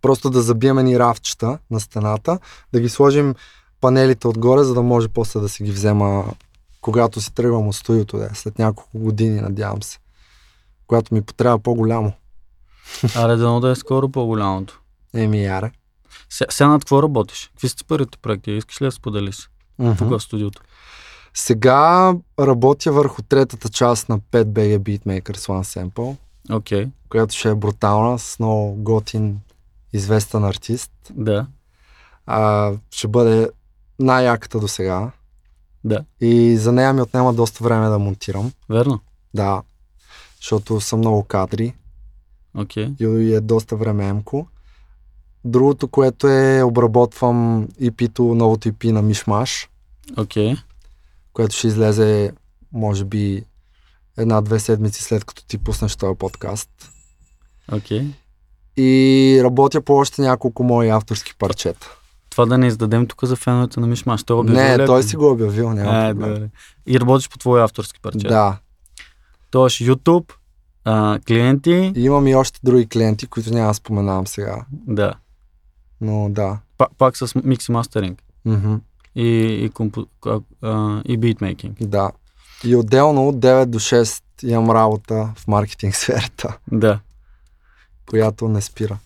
просто да забиеме ни рафчета на стената, да ги сложим панелите отгоре, за да може после да си ги взема, когато си тръгвам от студиото, да, е, след няколко години, надявам се. Когато ми потрябва по-голямо. Аре, дано да е скоро по-голямото. Еми, яре. Се- Сега над какво работиш? Какви са ти първите проекти? Искаш ли да споделиш? Мгм. Тук в студиото. Сега работя върху третата част на 5BG Beatmakers One Sample, Окей, която ще е брутална, с много готин, известен артист. да. а, ще бъде най-яката до сега. Да. И за нея ми отнема доста време да монтирам. Верно? Да. Защото са много кадри Окей. и е доста времеемко. Другото, което е обработвам EP-то, новото EP на Мишмаш, Окей. което ще излезе, може би, една-две седмици след като ти пуснеш този подкаст. Окей. И работя по още няколко мои авторски парчета. Това да не издадем тук за феновете на Мишмаш. Той обяви Не, той си го обявил, няма а, проблем. добре. И работиш по твои авторски парчета. Да, Тоест YouTube, а, клиенти, И имам и още други клиенти, които няма да споменавам сега. да. Но да. Пак, пак с микс и мастеринг. Мгм. И, и, компо, а, а, и битмейкинг. Да. И отделно от 9 до 6 имам работа в маркетинг сферата, Да. която не спира.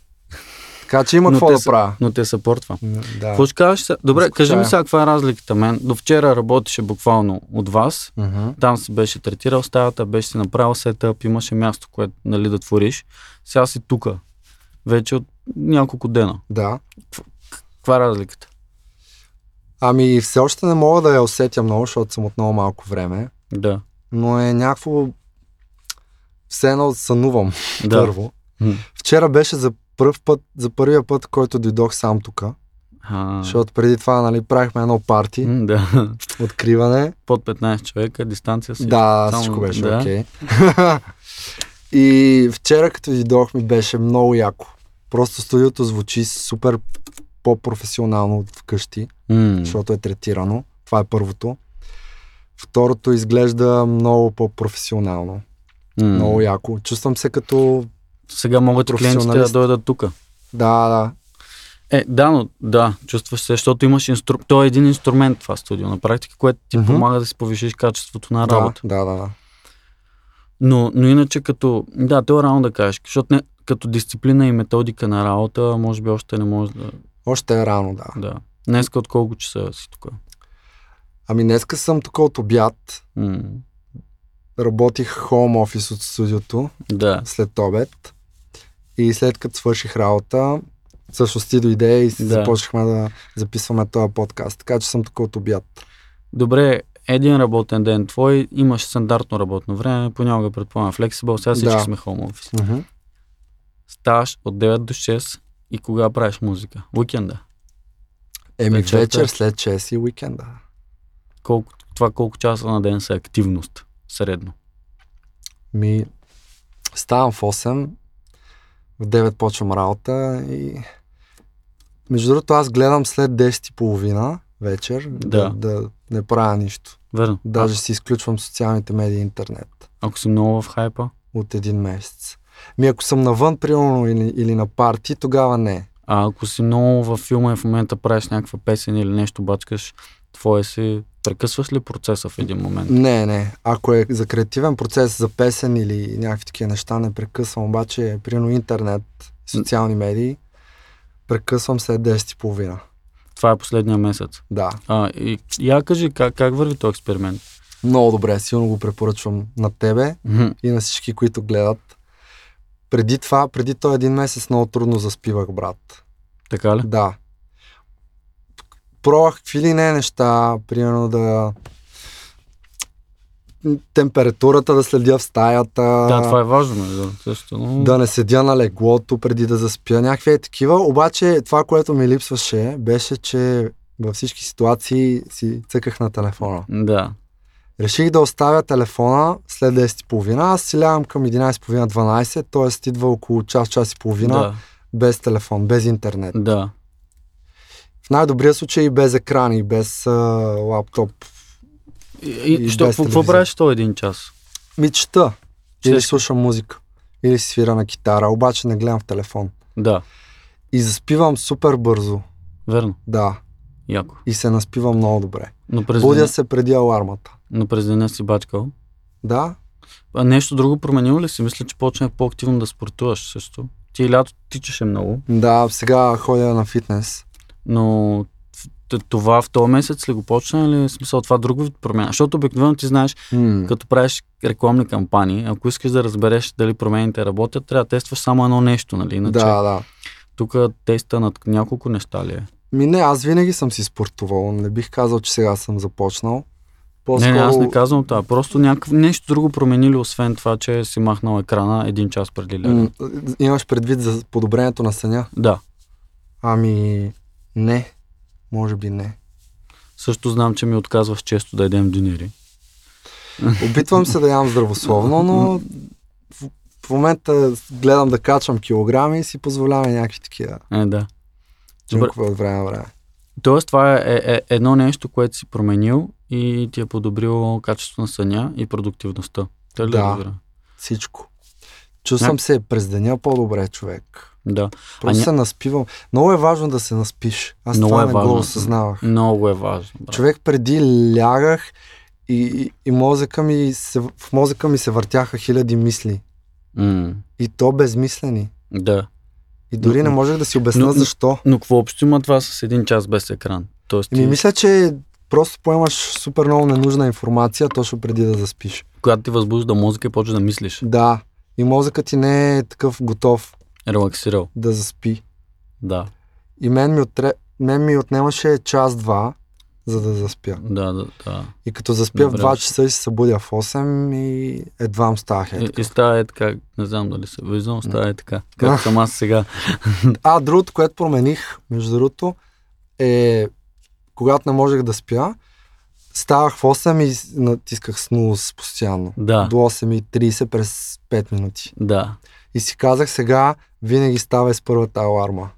Така че има Но какво те да са- правя. Но те съпортва. М, Да. Какво ще кажеш? сега? Добре, Скучая. кажи ми сега каква е разликата. Мен до вчера работеше буквално от вас. Мгм. Там си беше третирал стаята, беше си направил сетъп, имаше място, което нали, да твориш. Сега си тука. Вече от няколко дена. Да. Каква е разликата? Ами все още не мога да я усетя много, защото съм от много малко време. Да. Но е някакво... Все едно сънувам Да. първо. М. Вчера беше за пръв път, за първия път, който дойдох сам тук. А, Защото преди това, нали, правихме едно парти, м, Да. откриване. Под 15 човека, дистанция си. Да, само- всичко беше да. окей. Okay. и вчера като дойдох ми беше много яко. Просто студиото звучи супер по-професионално от вкъщи, М, защото е третирано. Това е първото. Второто изглежда много по-професионално. м. Много е. яко. Чувствам се като... Сега могат клиентите да професионалист. дойдат тук. Да, да. Е, да, но да, чувстваш се, защото имаш инстру... Той е един инструмент това студио на практика, което ти Мгм. помага да си повишиш качеството на Да, работа. да, да, да. Но, но иначе като... Да, то е рано да кажеш, защото не, като дисциплина и методика на работа, може би още не може да... Още е рано, да. да. Днеска от колко часа си тук? Ами днеска съм тук от обяд. М, Работих хоум офис от студиото. да. след обед. И след като свърших работа, всъщност ти дойде и да. Да. започнахме да записваме този подкаст. Така че съм тук от обяд. Добре, един работен ден твой, имаш стандартно работно време, понякога предполагам флексибъл, сега всички Да. сме home office. Mm-hmm. Стаж от 9 до 6 и кога правиш музика? Уикенда. Еми Вечерта. вечер, вечер след 6 и уикенда. колко, това колко часа на ден са активност средно. Ми ставам в 8, в 9 почвам работа и между другото аз гледам след 10.30 вечер Да. да, да не правя нищо. Верно. Даже А, си изключвам социалните медии и интернет. ако си много в хайпа. от един месец. Ми ако съм навън, примерно, или, или на парти, тогава не. А ако си много във филма и в момента правиш някаква песен или нещо, бачкаш твое си, прекъсваш ли процеса в един момент? Не, не. Ако е за креативен процес, за песен или някакви такива неща, не прекъсвам. Обаче, примерно, интернет, социални медии, прекъсвам след 10.30. Това е последния месец. Да. А, и, я кажи, как, как върви този експеримент? Много добре. Силно го препоръчвам на тебе Мгм. и на всички, които гледат. Преди това, преди този един месец, много трудно заспивах, брат. Така ли? Да. Пробвах какви ли не неща, примерно да температурата да следя в стаята, Да, това е важно, между другото, също, но... да не седя на леглото преди да заспя, някакви е такива. Обаче това, което ми липсваше, беше, че във всички ситуации си цъках на телефона. Да. Реших да оставя телефона след 10.30, аз си лягам към 11.30-12, т.е. идва около час, час и половина Да. без телефон, без интернет. Да. В най-добрия случай и без екрани, без а, лаптоп. И, и, И що, без какво- какво телевизия. правиш този един час? Ми чета. Или Четеш. слушам музика. Или си свира на китара, обаче не гледам в телефон. Да, И заспивам супер бързо. верно. Да. Яко. И се наспивам много добре. Но през, деня, Будя се преди алармата. но през деня си бачкал. Да? А нещо друго променило ли си? Мисля, че почнах по-активно да спортуваш също. Ти лято тичаше много, Да, сега ходя на фитнес. но т- това в този месец ли го почна или в смисъл това друго вид промяна? Защото обикновено ти знаеш, М. като правиш рекламни кампании, ако искаш да разбереш дали промените работят, трябва да тестваш само едно нещо, нали? Иначе Да, да. тук теста над няколко неща ли е? Ми не, аз винаги съм си спортувал. Не бих казал, че сега съм започнал. Не, По-скоро... не, аз не казвам това. Просто някакво нещо друго променили, освен това, че си махнал екрана един час преди лягане. М, Имаш предвид за подобрението на съня? Да. Ами, не. Може би не. Също знам, че ми отказваш често да ядем динери. Опитвам се да ям здравословно, но в, в момента гледам да качвам килограми и си позволявам някакви такива Е, да. Добре. джункове от време на време. Тоест, това е, е, е едно нещо, което си променил и ти е подобрило качеството на съня и продуктивността. Те ли Да. разбира? Всичко. Чувствам се през деня по-добре, човек. Да. Просто ня- се наспивам. Много е важно да се наспиш. Аз Много това е не го важно. осъзнавах. Много е важно. брат. Човек преди лягах и, и, и мозъка ми се, в мозъка ми се въртяха хиляди мисли. М, И то безмислени. да. И дори не Но- можех да си обясна но- защо. Но какво общо има това с един час без екран? Тоест, Еми, ти, Ами, мисля, че просто поемаш супер много ненужна информация точно преди да заспиш. когато ти възбужда мозъка и почваш да мислиш. Да. И мозъкът ти не е такъв готов Релаксирал. да заспи. Да. И мен ми, отре... мен ми отнемаше час-два, за да заспя. Да, да, да. И като заспя в Добре. 2 часа и се събудя в 8 и едва ставах. Е. И, и става е така, не знам дали се виждам, става е така. Както съм аз сега. А, другото, което промених, между другото, е когато не можех да спя, ставах в 8 и с- натисках снус постоянно. Да, До 8.30 през 5 минути. да. И си казах сега, винаги става с първата аларма.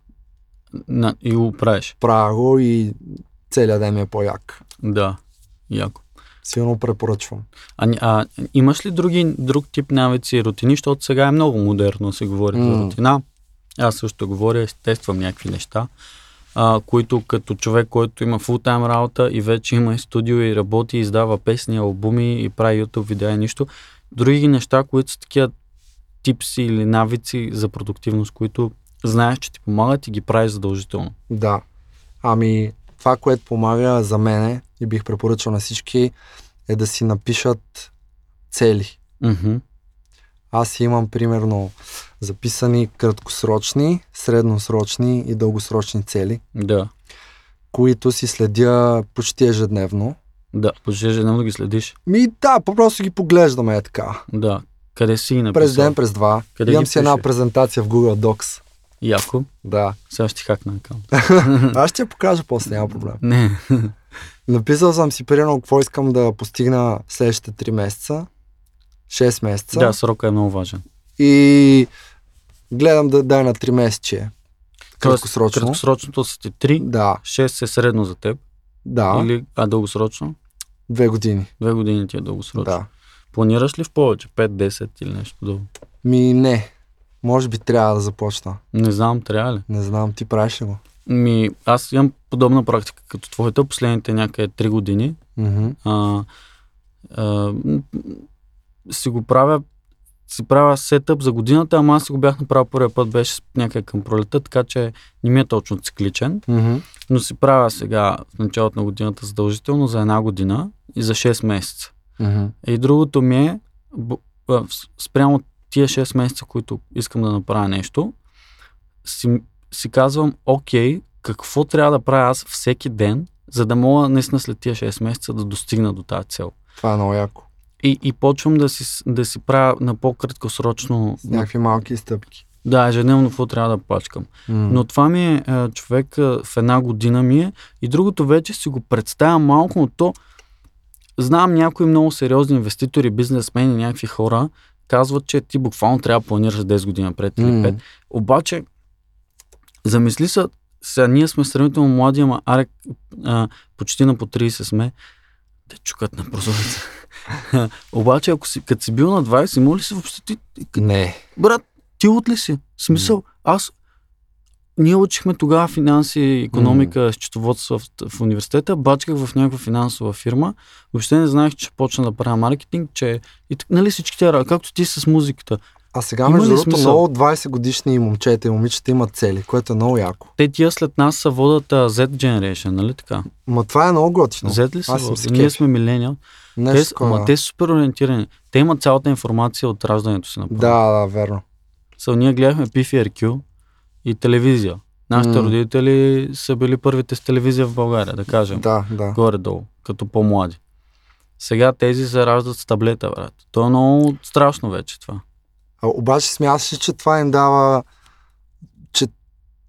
На, и го правиш. Правя го и целият ден ми е по-як. Да. Яко. Силно препоръчвам. А, ня- а имаш ли други, друг тип навици и рутини, защото сега е много модерно да се говори mm. за М. рутина. Аз също говоря, тествам някакви неща, а, които като човек, който има фултайм работа и вече има и студио и работи, и издава песни, албуми и прави YouTube видеа и нищо. Други неща, които са такива типси или навици за продуктивност, които знаеш, че ти помагат и ги правиш задължително. Да. Ами, това, което помага за мене и бих препоръчал на всички, е да си напишат цели. Мгм. Аз имам примерно записани краткосрочни, средносрочни и дългосрочни цели, Да. които си следя почти ежедневно. Да. Почти ежедневно ги следиш. Ми да, просто ги поглеждаме е така. Да. Къде си ги написал? През ден, през два. Къде Имам ги си една пишеш? презентация в Google Docs. Яко. Да. Сега ще ти хакна акаунт. Аз ще я покажа после, няма проблем. Не. Написал съм си примерно какво искам да постигна следващите 3 месеца, 6 месеца. Да, срока е много важен. И гледам да дай на 3 месече. Тоест, Краткосрочно. Краткосрочното са ти 3, Да, 6 е средно за теб, да. а, или, а дългосрочно? Две години. Две години ти е дългосрочно. Да. Планираш ли в повече? 5, 10 или нещо друго? Ми не. Може би трябва да започна. Не знам, трябва ли? Не знам, ти правиш ли го? Ми, аз имам подобна практика като твоята, последните някъде 3 години. Мгм. А, а, м, си го правя си правя сетъп за годината, ама аз си го бях направил първия път, беше с- някъде към пролета, така че не ми е точно цикличен. Мгм. Но си правя сега в началото на годината задължително за една година и за 6 месеца. Мгм. И другото ми е б- а, с- спрямо тия 6 месеца, които искам да направя нещо, си, си казвам, окей, какво трябва да правя аз всеки ден, за да мога наистина след тия 6 месеца да достигна до тази цел. Това е много яко. И, и почвам да си, с- да си правя на по-краткосрочно, С някакви малки стъпки. да, ежедневно какво трябва да пачкам. М. Но това ми е а, човек а, в една година ми е и другото вече си го представя малко, но то знам някои много сериозни инвеститори, бизнесмени, някакви хора казват, че ти буквално трябва да планираш за 10 години напред или М. 5. Обаче, замисли се, сега ние сме сравнително млади, ама аре, а, почти на по 30 сме, те чукат на прозореца. Обаче, ако си, като си бил на 20, моли се въобще ти, ти Не. брат, ти от ли си? В Смисъл, аз... Ние учихме тогава финанси, економика, mm. счетоводство в, в университета, бачках в някаква финансова фирма, въобще не знаех, че ще почна да правя маркетинг, че... И, так- нали всички тя, както ти с музиката. А сега, Има между ли другото, смисъл? много 20 годишни момчета и момичета имат цели, което е много яко. Те тия след нас са водят а, Z Generation, нали така? Ма това е много готино. Z ли са? аз съм водят? се Ние кефи. сме милениал. Те, Нещо с- ама такова. те са супер ориентирани. Те имат цялата информация от раждането си направо. Да, да, верно. Са, ние гледахме PFRQ и телевизия. Нашите М. родители са били първите с телевизия в България, да кажем. Да, да. Горе-долу, като по-млади. Сега тези се раждат с таблета, брат. То е много страшно вече това. А, обаче смяташ ли, че това им дава, че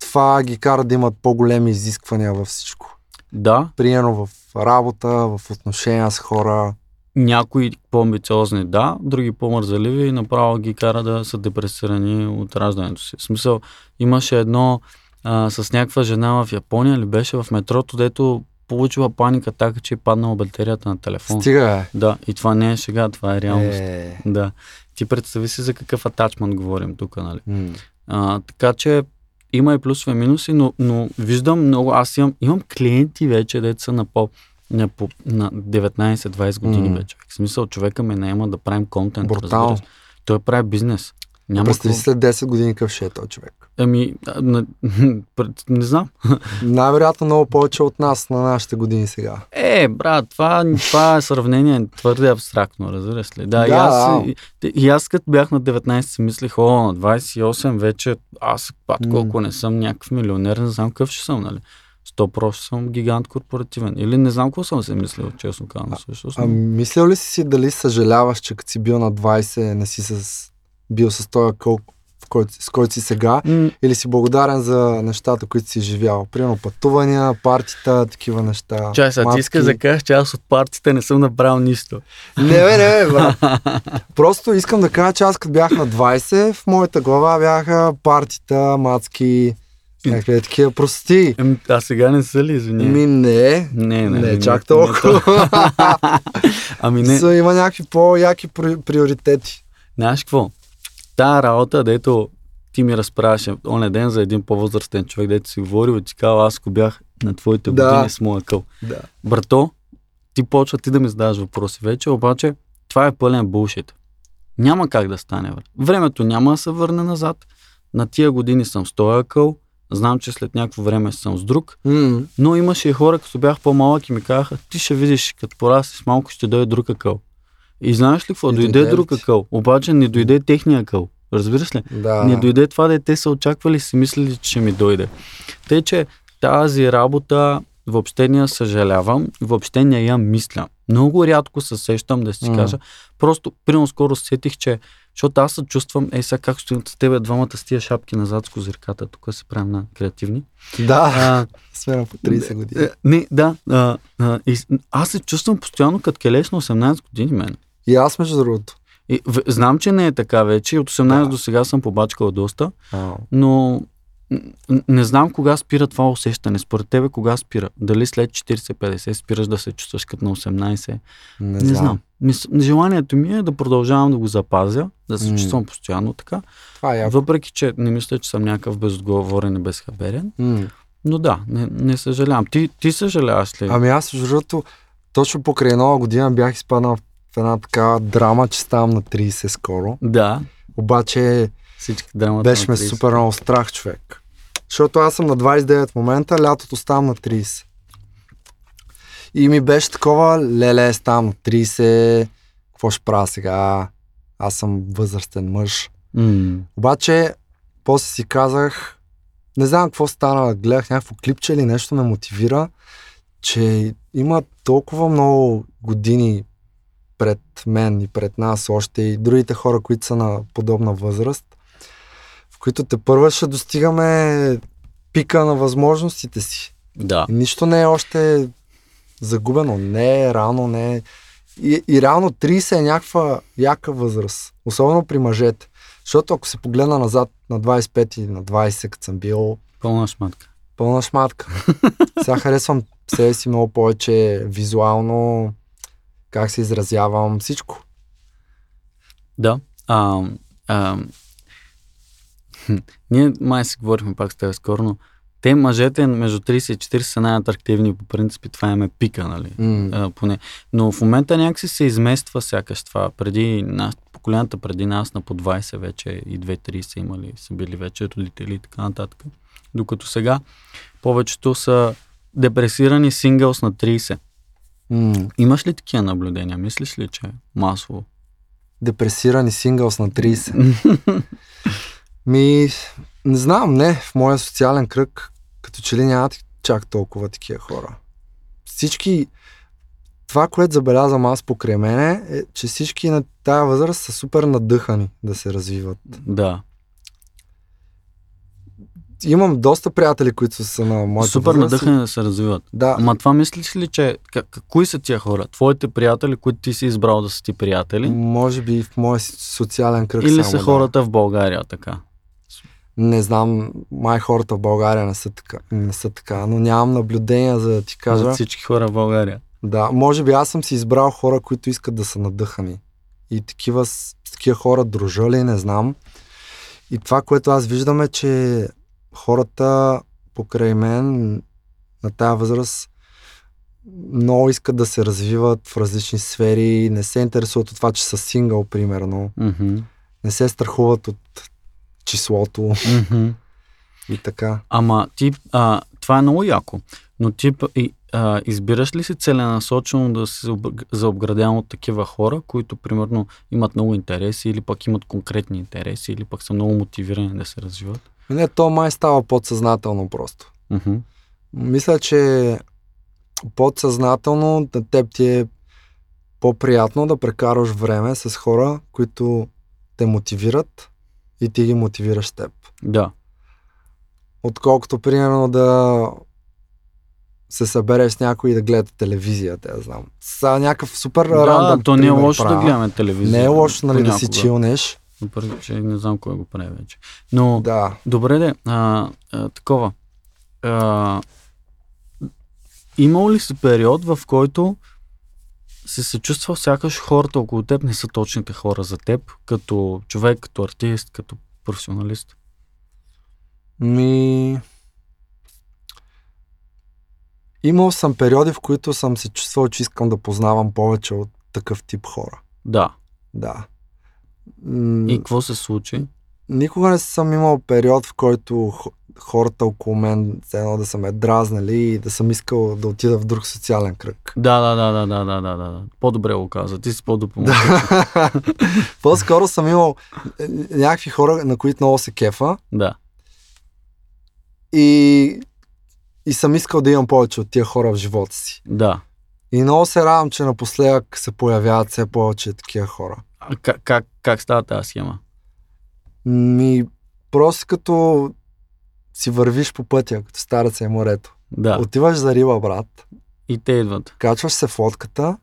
това ги кара да имат по-големи изисквания във всичко. Да, Примерно в работа, в отношения с хора. някои по-амбициозни да, други по-мързаливи и направо ги кара да са депресирани от раждането си. В смисъл, имаше едно а, с някаква жена в Япония ли беше в метрото, дето получила паника така, че е паднала батерията на телефона. Стига е. Да, и това не е шега, това е реалност. Е. Да. Ти представи си за какъв атачмент говорим тук, нали? м. А, така че има и плюсове и минуси, но, но виждам много, аз имам, имам клиенти вече, деца на по, на, по, на 19-20 години Мгм. вече. В смисъл, човека ме наема да правим контент. Брутално. разбира се. Той прави бизнес. Няма Представи си какво. след 10 години какъв ще е този човек. Ами, а, на, пред- не знам. Най-вероятно много повече от нас на нашите години сега. Е, брат, това, това е сравнение твърде абстрактно, разбираш ли? Да, и, Да, аз, да. и, и аз като бях на 19 си мислех, о, на 28 вече, аз пат М. колко не съм някакъв милионер, не знам какъв ще съм, нали? 100 просто съм гигант корпоративен. Или не знам какво съм си мислил, честно казвам, всъщност. А мислил ли си си дали съжаляваш, че като си бил на 20, не си с... бил с този кълк, в който, с който си сега? М, Или си благодарен за нещата, които си живял? Примерно пътувания, партита, такива неща. Чай, сега ти иска да кажеш, че аз от партията не съм направил нищо. Не, бе, не, бе, брат. Просто искам да кажа, че аз като бях на 20, в моята глава бяха партита, мацки, някакви такива прости. Ем, а сега не са ли, извиня? Ми не, не, не, не, не, чак не, не, толкова. Ами не, Са, Има някакви по-яки при- приоритети. Знаеш какво? Та работа, дето ти ми разправяше оня ден за един по-възрастен човек, дето си говорил и ти казал, аз ако бях на твоите Да. години с моя къл. Да. Брато, ти почва ти да ми задаваш въпроси вече, обаче това е пълен булшит. Няма как да стане. Бе. Времето няма да се върне назад. На тия години съм с този къл. Знам, че след някакво време съм с друг. М, Но имаше и хора, като бях по-малък и ми казаха, ти ще видиш, като порастеш малко ще дойде друг акъл. И знаеш ли какво? И Дойде, дойде ли друг ти? акъл. Обаче не дойде техния акъл. Разбираш ли? Да. Не да. дойде това да те са очаквали и си мислили, че ще ми дойде. Тъй, че тази работа въобще не я съжалявам, въобще не я мисля. Много рядко се сещам да си М. кажа. Просто, примерно, скоро сетих, че защото аз се чувствам, ей сега как стоим с тебе двамата с тия шапки назад с козирката, тук се правим на креативни. Да, А, сме на по 30 години. е, не, да. А, а, и, с- аз се чувствам постоянно като келеш на 18 години, мен. И аз, между другото. И, в, знам, че не е така вече. От 18 Да. до сега съм побачкал доста, но м, м, не знам кога спира това усещане. Според тебе кога спира? Дали след 40-50 спираш да се чувстваш като на 18? Не, Не, не знам. Мис, желанието ми е да продължавам да го запазя, да се М. чувствам постоянно така. Това е яко. Въпреки, че не мисля, че съм някакъв безотговорен и безхаберен. М. Но да, не, не съжалявам. Ти, ти съжаляваш ли? Ами аз, между другото, точно покрай нова година бях изпаднал в една такава драма, че ставам на 30 скоро. Да. Обаче Всички драмата беше на ме 30. супер много страх, човек. Защото аз съм на 29 в момента, лятото ставам на 30. И ми беше такова, леле, ставам на 30, какво ще правя сега? Аз съм възрастен мъж. М, Обаче, после си казах, не знам какво стана, гледах някакво клипче или нещо ме мотивира, че има толкова много години пред мен и пред нас още и другите хора, които са на подобна възраст, в които те първа ще достигаме пика на възможностите си. Да. И нищо не е още загубено, не е рано, не е... И, и реално 30 е някаква яка възраст, особено при мъжете. Защото ако се погледна назад на 25 или на 20, като съм бил Пълна шматка. пълна шматка. Сега харесвам себе си много повече визуално, как се изразявам, всичко. Да. А, а, хм, ние май си говорихме пак с теб скоро, но те мъжете между 30 и 40 са най-атрактивни по принцип и това им е пика, нали? М, А, поне. Но в момента някакси се измества сякаш това. Преди нас, поколенията преди нас на по 20 вече и 2-3 са имали, са били вече родители и така нататък. Докато сега повечето са депресирани сингълс на 30. м. Имаш ли такива наблюдения? Мислиш ли, че масово? Депресирани сингълс на 30. Ми, не знам, не. В моя социален кръг, като че ли нямат чак толкова такива хора. Всички, това, което забелязвам аз покрай мене, е, че всички на тая възраст са супер надъхани да се развиват. да. имам доста приятели, които са на моята Супер възраст. е- надъхани да се развиват. Да, Ама това мислиш ли, че к- к- кои са тия хора? Твоите приятели, които ти си избрал да са ти приятели? може би в моя с- социален кръг Нали? Или само, са да. хората в България така? Не знам, май хората в България не са така, не са така но нямам наблюдения за да ти кажа. За всички хора в България. Да, може би аз съм си избрал хора, които искат да са надъхани. И такива, с с такива хора дружа ли, не знам. И това, което аз виждам е, че хората покрай мен на тая възраст много искат да се развиват в различни сфери, не се интересуват от това, че са сингъл, примерно. Мгм. Не се страхуват от числото Мгм. и така. Ама ти, а, това е много яко, но ти п- и, а, избираш ли си целенасочено да си заоб- заобграден от такива хора, които примерно имат много интереси или пък имат конкретни интереси или пък са много мотивирани да се развиват? Не, то май става подсъзнателно просто. Мгм. Мисля, че подсъзнателно на теб ти е по-приятно да прекараш време с хора, които те мотивират и ти ги мотивираш теб. Да. Отколкото, примерно, да се събереш с някой и да гледа телевизия, те да знам. Са някакъв супер Да, рандъм то не е пример лошо да правя. гледаме телевизия. Не е лошо, нали, да си понякога. чилнеш. Въпреки, че не знам кой го прави вече. Но Да. Добре, де, а, а, такова. А, имал ли си период, в който си се чувствал сякаш хората около теб не са точните хора за теб, като човек, като артист, като професионалист? Ми... Имал съм периоди, в които съм се чувствал, че искам да познавам повече от такъв тип хора. Да. Да. И М- какво се случи? Никога не съм имал период, в който х- хората около мен, все едно да са ме дразнали и да съм искал да отида в друг социален кръг. Да, да, да, да, да, да, да, да. По-добре го каза. Ти си по-допомогнал. Да. По-скоро съм имал е, някакви хора, на които много се кефа Да. и, и съм искал да имам повече от тия хора в живота си. Да. И много се радвам, че напоследък се появяват все повече такива хора. А как, как, как става тази схема? Ми, просто като си вървиш по пътя, като стареца и морето. Да. От... Отиваш за риба, брат. И те идват. Качваш се в лодката,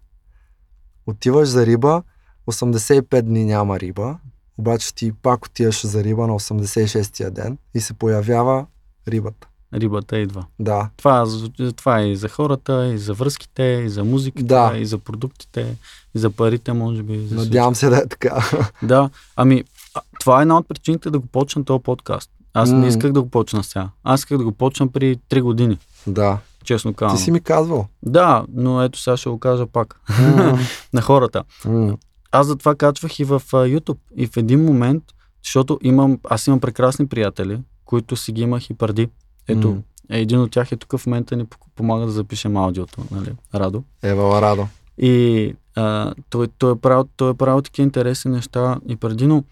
отиваш за риба, 85 дни няма риба, обаче ти пак отиваш за риба на 86-я ден и се появява рибата. Рибата идва. Да. Това, звучи- това е и за хората, и за връзките, и за музиката, Да. и за продуктите, и за парите, може би. и За всичко. Надявам се да е така. Да, ами, а, това е една от причините да го почна този подкаст. Аз не М. исках да го почна сега. Аз исках да го почна при 3 години, да. честно казвам. Ти си ми казвал. Да, но ето сега ще го кажа пак М, на хората. м, Аз затова качвах и в а, YouTube. И в един момент, защото имам, аз имам прекрасни приятели, които си ги имах и преди. Ето, М. е, един от тях е тук в момента ни пок- помага да запишем аудиото, нали, Радо. Ева Радо. И а, той, той, е правил, той е правил такива интересни неща и преди, но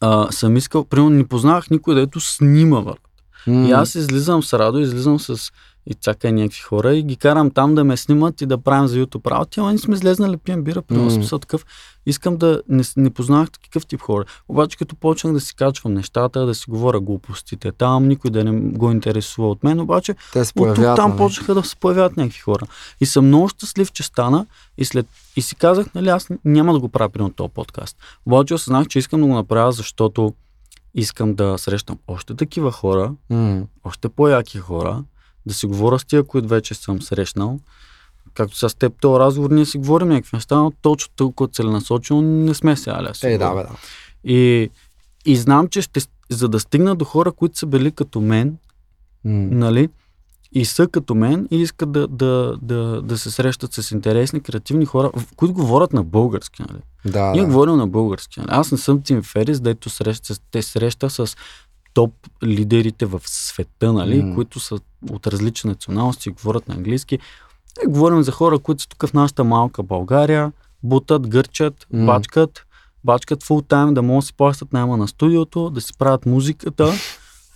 а, съм искал, примерно не познавах никой, дето снима, брат. М, И аз излизам с Радо, излизам с и цакай някакви хора и ги карам там да ме снимат и да правим за YouTube работи, ама ние сме излезнали, пием бира, примерно Мм. смисъл такъв. Искам да не, с- не познавах такъв тип хора. Обаче като почнах да си качвам нещата, да си говоря глупостите там, никой да не го интересува от мен, обаче Те се от появяват. тук там нали? почнаха да се появяват някакви хора. И съм много щастлив, че стана и, след... и си казах, нали, аз няма да го правя примерно този подкаст. Обаче осъзнах, че искам да го направя, защото искам да срещам още такива хора, М. още по-яки хора, да си говоря с тия, които вече съм срещнал. Както сега с теб този разговор, ние си говорим някакви неща, но точно толкова целенасочено не сме се, аля. Е, да, бе, да. И, и знам, че ще, за да стигна до хора, които са били като мен, М. нали, и са като мен и искат да, да, да, да се срещат с интересни, креативни хора, в- които говорят на български. Нали. Да, Ние да. говорим на български. Нали. Аз не съм Тим Ферис, дето среща, с- те среща с топ лидерите в света, нали, М. които са от различни националности, говорят на английски. Е, говорим за хора, които са тук в нашата малка България, бутат, гърчат, М. бачкат, бачкат фул тайм, да могат да си плащат найма на студиото, да си правят музиката,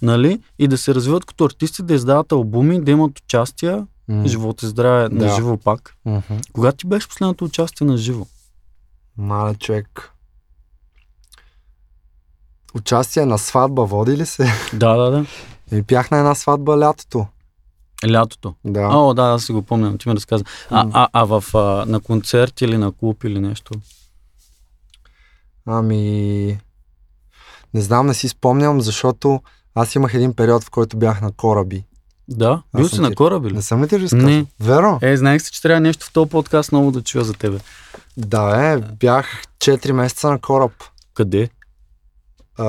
нали, и да се развиват като артисти, да издават албуми, да имат участия, М. живот и здраве Да. на живо пак. Мгм. Когато ти беше последното участие на живо? Мале човек. Участие на сватба води ли се? Да, да, да. И бях на една сватба лятото. Лятото. Да. А, О, да, аз си го помня, ти ми разказа. А, а, а в, а, на концерт или на клуб или нещо? Ами... Не знам, не си спомням, защото аз имах един период, в който бях на кораби. Да, Аз бил съм си на ти. кораби ли? Не съм ли ти разказал? Не. Веро? Е, знаех си, че трябва нещо в този подкаст много да чуя за тебе. Да, е, бях 4 месеца на кораб Къде? а,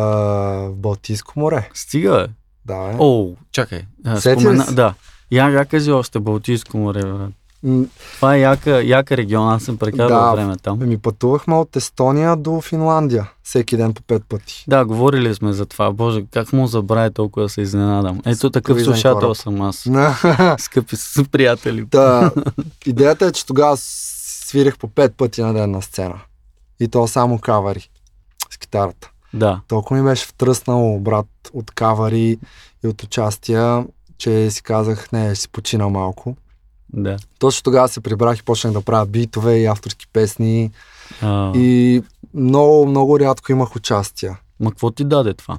в Балтийско море. Стига, е. Да, е. О, чакай. А, Сетил спомена, си? да. Я, я кажи още Балтийско море, брат. М, Това е яка, яка регион, аз съм прекарал Да. време там. Ми пътувахме от Естония до Финландия. Всеки ден по 5 пъти. Да, говорили сме за това. Боже, как му забравя толкова да се изненадам. Ето такъв Круизен слушател кораб. съм аз. Да. Скъпи с приятели. Та, идеята е, че тогава свирих по 5 пъти на ден на сцена. И то само кавари с китарата. Да. Толкова ми беше втръснал брат от кавари и от участия, че си казах, не, ще си почина малко. Да. Точно тогава се прибрах и почнах да правя битове и авторски песни. А, и... И много, много рядко имах участия. Е, Ма какво ти даде това?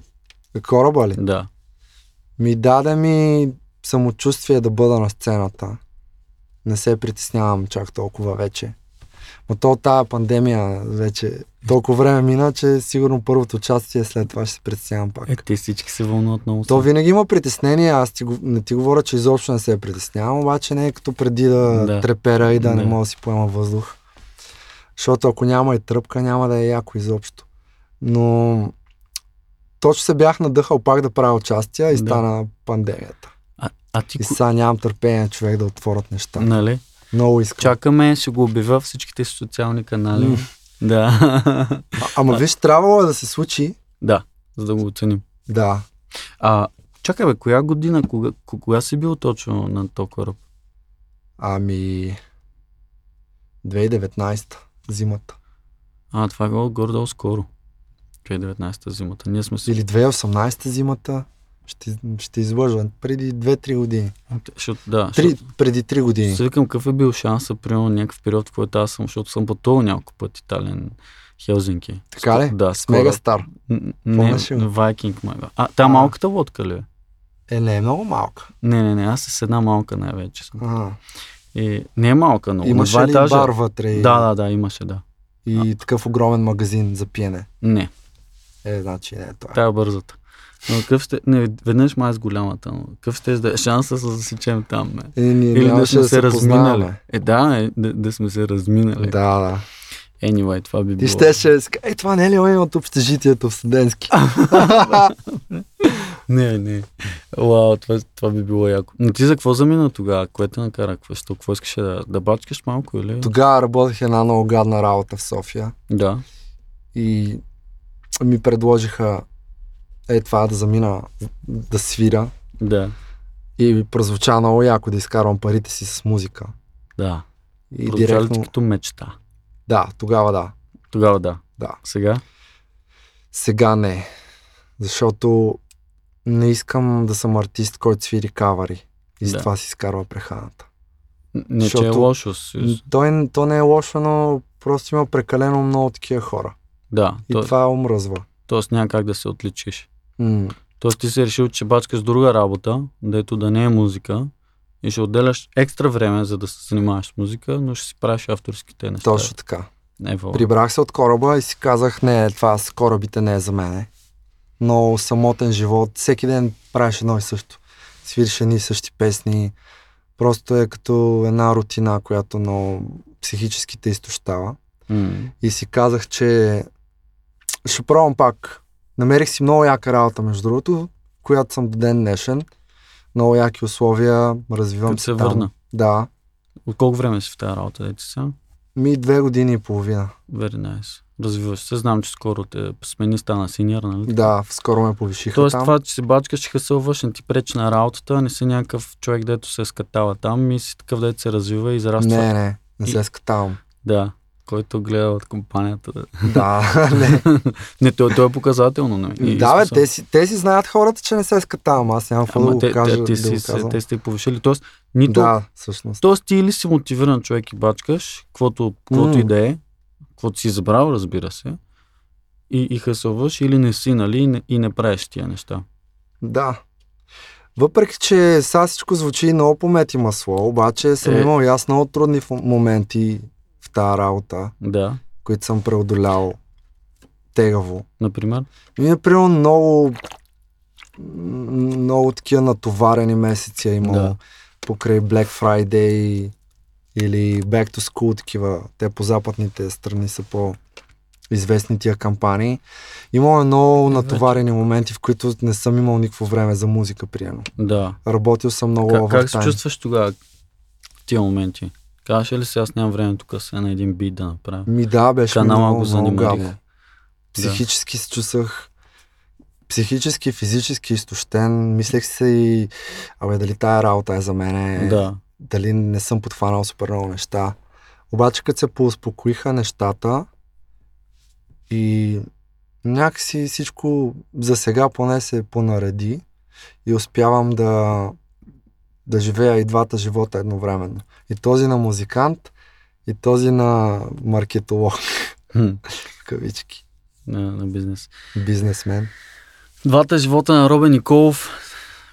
Кораба ли? Да. Ми даде ми самочувствие да бъда на сцената. Не се притеснявам чак толкова вече. Но то тая пандемия вече толкова време мина, че сигурно първото участие след това ще се притеснявам пак. Е, те всички се вълнуват много. То сега. винаги има притеснение, аз ти, го- не ти говоря, че изобщо не се притеснявам, обаче не е като преди да, Да. трепера и да, не Да. мога да си поема въздух. Защото ако няма и тръпка, няма да е яко изобщо. Но точно се бях надъхал пак да правя участия и Да. стана пандемията. А, а ти... И ко- сега нямам търпение човек да отворят неща. Нали? Много искам. Чакаме, ще го обявя в всичките си социални канали. М. Да. А, ама виж, трябвало е да се случи. да, за да го оценим. Да. А, чакай бе, коя година, кога, ко- кога си бил точно на то кораб? Ами... 2019 зимата. А, това е било горе-долу скоро. 2019 зимата. Ние сме си... Или 2018 зимата. Ще, ще излъжа. Преди 2-3 години. Защото, да, Три, защото- преди 3 години. Се викам какъв е бил шанса, примерно някакъв период, в който аз съм, защото съм пътувал няколко пъти Тален, Хелзинки. Така ли? Да, С скоро. мега стар. Н- Не, Помниш ли го? Вайкинг мега. А, та А. малката лодка ли е? Е, не е много малка. Не, не, не, аз с една малка най-вече съм. А, И, не е малка, но на имаше два ли етажа. бар вътре и, Да, да, да, имаше, да. и такъв огромен магазин за пиене? Не, Е, значи не е това. тая бързата. Но какъв ще... Не, веднъж май с голямата, но какъв ще да е шанса да засечем там, ме. Е, ние Или да нямаше сме да се, разминали. нали? познаваме. Е, да, е, да, да сме се разминали. Да. Да, да. Anyway, това би Ти било. щеше. Е, това не е ли он от общежитието в Съденски? Не, не. Вау, това, това би било яко. Но ти за какво замина тогава? Кое те накара? Какво, що, какво искаш да, да бачкаш малко или? Тогава работех една много гадна работа в София Да. и ми предложиха е това да замина да свиря Да. и ми прозвуча много яко да изкарвам парите си с музика. Да. И Прозвуча ли ти директно... като мечта? Да, тогава да. Тогава да. Да. Сега? Сега не. Защото не искам да съм артист, който свири кавари. И Да. затова си изкарва преханата. Н- Не, че е Защото- лошо. Съюз. Той, то не е лошо, но просто има прекалено много такива хора. Да. И То, това е омръзва. Тоест няма как да се отличиш. М. Тоест ти си решил, че бачкаш друга работа, дето да не е музика и ще отделяш екстра време, за да се занимаваш с музика, но ще си правиш авторските неща. Точно така. Ево. Прибрах се от кораба и си казах, не, това с корабите не е за мене. Но самотен живот, всеки ден правиш едно и също. Свириш едни и същи песни. Просто е като една рутина, която много психически те изтощава. М. И си казах, че ще пробвам пак. Намерих си много яка работа, между другото, която съм до ден днешен. Много яки условия, развивам Като се там. върна. Да. От колко време си в тази работа, дете сега? Ми две години и половина. Very nice. Развиваш се. Знам, че скоро те смени, стана синьор, нали? Да, скоро ме повишиха Тоест там. това, е че се бачкаш и хъсълваш, не ти пречи на работата, не си някакъв човек, дето се скатава там и си такъв, дето се развива и израства. Не, не, не се И- скатавам. Да, който гледа от компанията. да. да, не. Не, той, той е показателно. Не? И- да, бе, смисъл. те си, те си знаят хората, че не се скатавам. Аз нямам какво да Ама го те, кажа. те, те, да си, го се- казвам. те сте повишили. Тоест, нито, Да, всъщност. тоест ти или си мотивиран човек и бачкаш, каквото, каквото М. и да е, каквото си избрал, разбира се, и, и хъсълваш, или не си, нали, и не, и не правиш тия неща. Да. Въпреки, че сега всичко звучи много по мет и масло, обаче съм Е. имал и аз много трудни фу- моменти в тази работа, Да, които съм преодолял тегаво. например. И, например, е, много, м, много такива натоварени месеци е имало. Да. Да. Покрай Black Friday или Back to School, такива. Те по западните страни са по известни тия кампании. Имало е много натоварени моменти, в които не съм имал никакво време за музика, приемно. Да. Работил съм много Как, как се овертайм. чувстваш тогава в тия моменти? Казваш ли си, аз нямам време тук сега на един бит да направя? Ми да, беше Канала много, го много занемарих. гадно. Психически се чувствах психически, физически изтощен. Мислех си и, абе, дали тая работа е за мене, Да. дали не съм подхванал супер много неща. Обаче, като се поуспокоиха нещата и някакси всичко за сега поне се понареди и успявам да, да живея и двата живота едновременно. И този на музикант, и този на маркетолог, Хм, в кавички, на, на бизнес. бизнесмен. Двата живота на Робен Николов.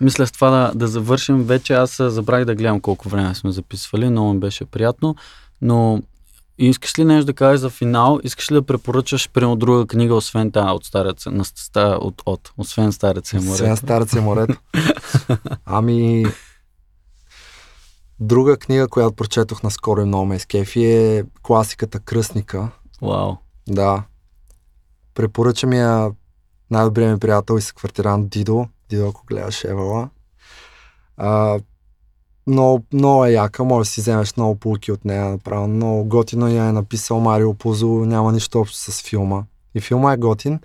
Мисля с това да, да завършим. Вече аз а, забравих да гледам колко време сме записвали. Много ми беше приятно. Но искаш ли нещо да кажеш за финал? Искаш ли да препоръчаш прямо друга книга, освен тази от Старец, на, ста, от, от, освен Старец и море? Освен Старец и е морето. Ами, друга книга, която прочетох наскоро и много ме изкефи е класиката Кръсника. Вау. Да. Препоръча ми я най-добрият ми приятел и съквартирант Дидо. Дидо, ако гледаш Евала. А, много, много е яка, може да си вземеш много полки от нея. Направо много готино я е написал Марио Пузо, няма нищо общо с филма. И филма е готин,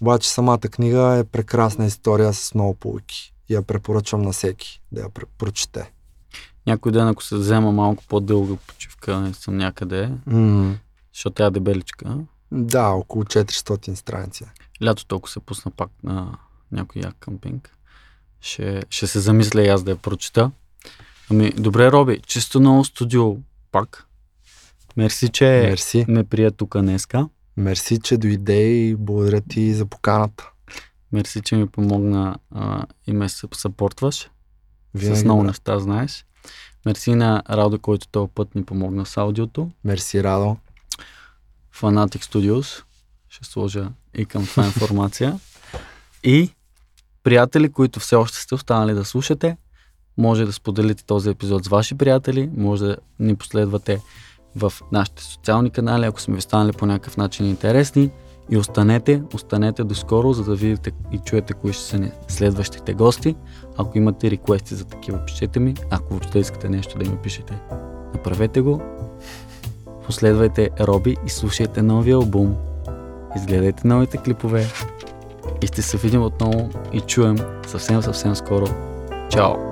обаче самата книга е прекрасна история с много полки. И я препоръчвам на всеки да я пре- прочете. Някой ден, ако се взема малко по-дълга почивка, не съм някъде, м защото тя е дебеличка. Да, около 400 страници. Лятото, ако се пусна пак на някой як къмпинг, ще, ще се замисля и аз да я прочета. Ами, добре, Роби, чисто ново студио пак. Мерси, че Мерси. ме прия тук днеска. Мерси, че дойде и благодаря ти за поканата. Мерси, че ми помогна а, и ме съп- съпортваш. с Винаги, много брат. неща, знаеш. Мерси на Радо, който този път ни помогна с аудиото. Мерси, Радо. Fanatic Studios. Ще сложа и към това информация. И приятели, които все още сте останали да слушате, може да споделите този епизод с ваши приятели, може да ни последвате в нашите социални канали, ако сме ви станали по някакъв начин интересни. И останете, останете до скоро, за да видите и чуете кои ще са ни следващите гости. Ако имате реквести за такива, пишете ми. Ако въобще искате нещо да ми пишете, направете го. Последвайте Роби и слушайте новия албум. Изгледайте новите клипове. И ще се видим отново и чуем съвсем-съвсем скоро. Чао!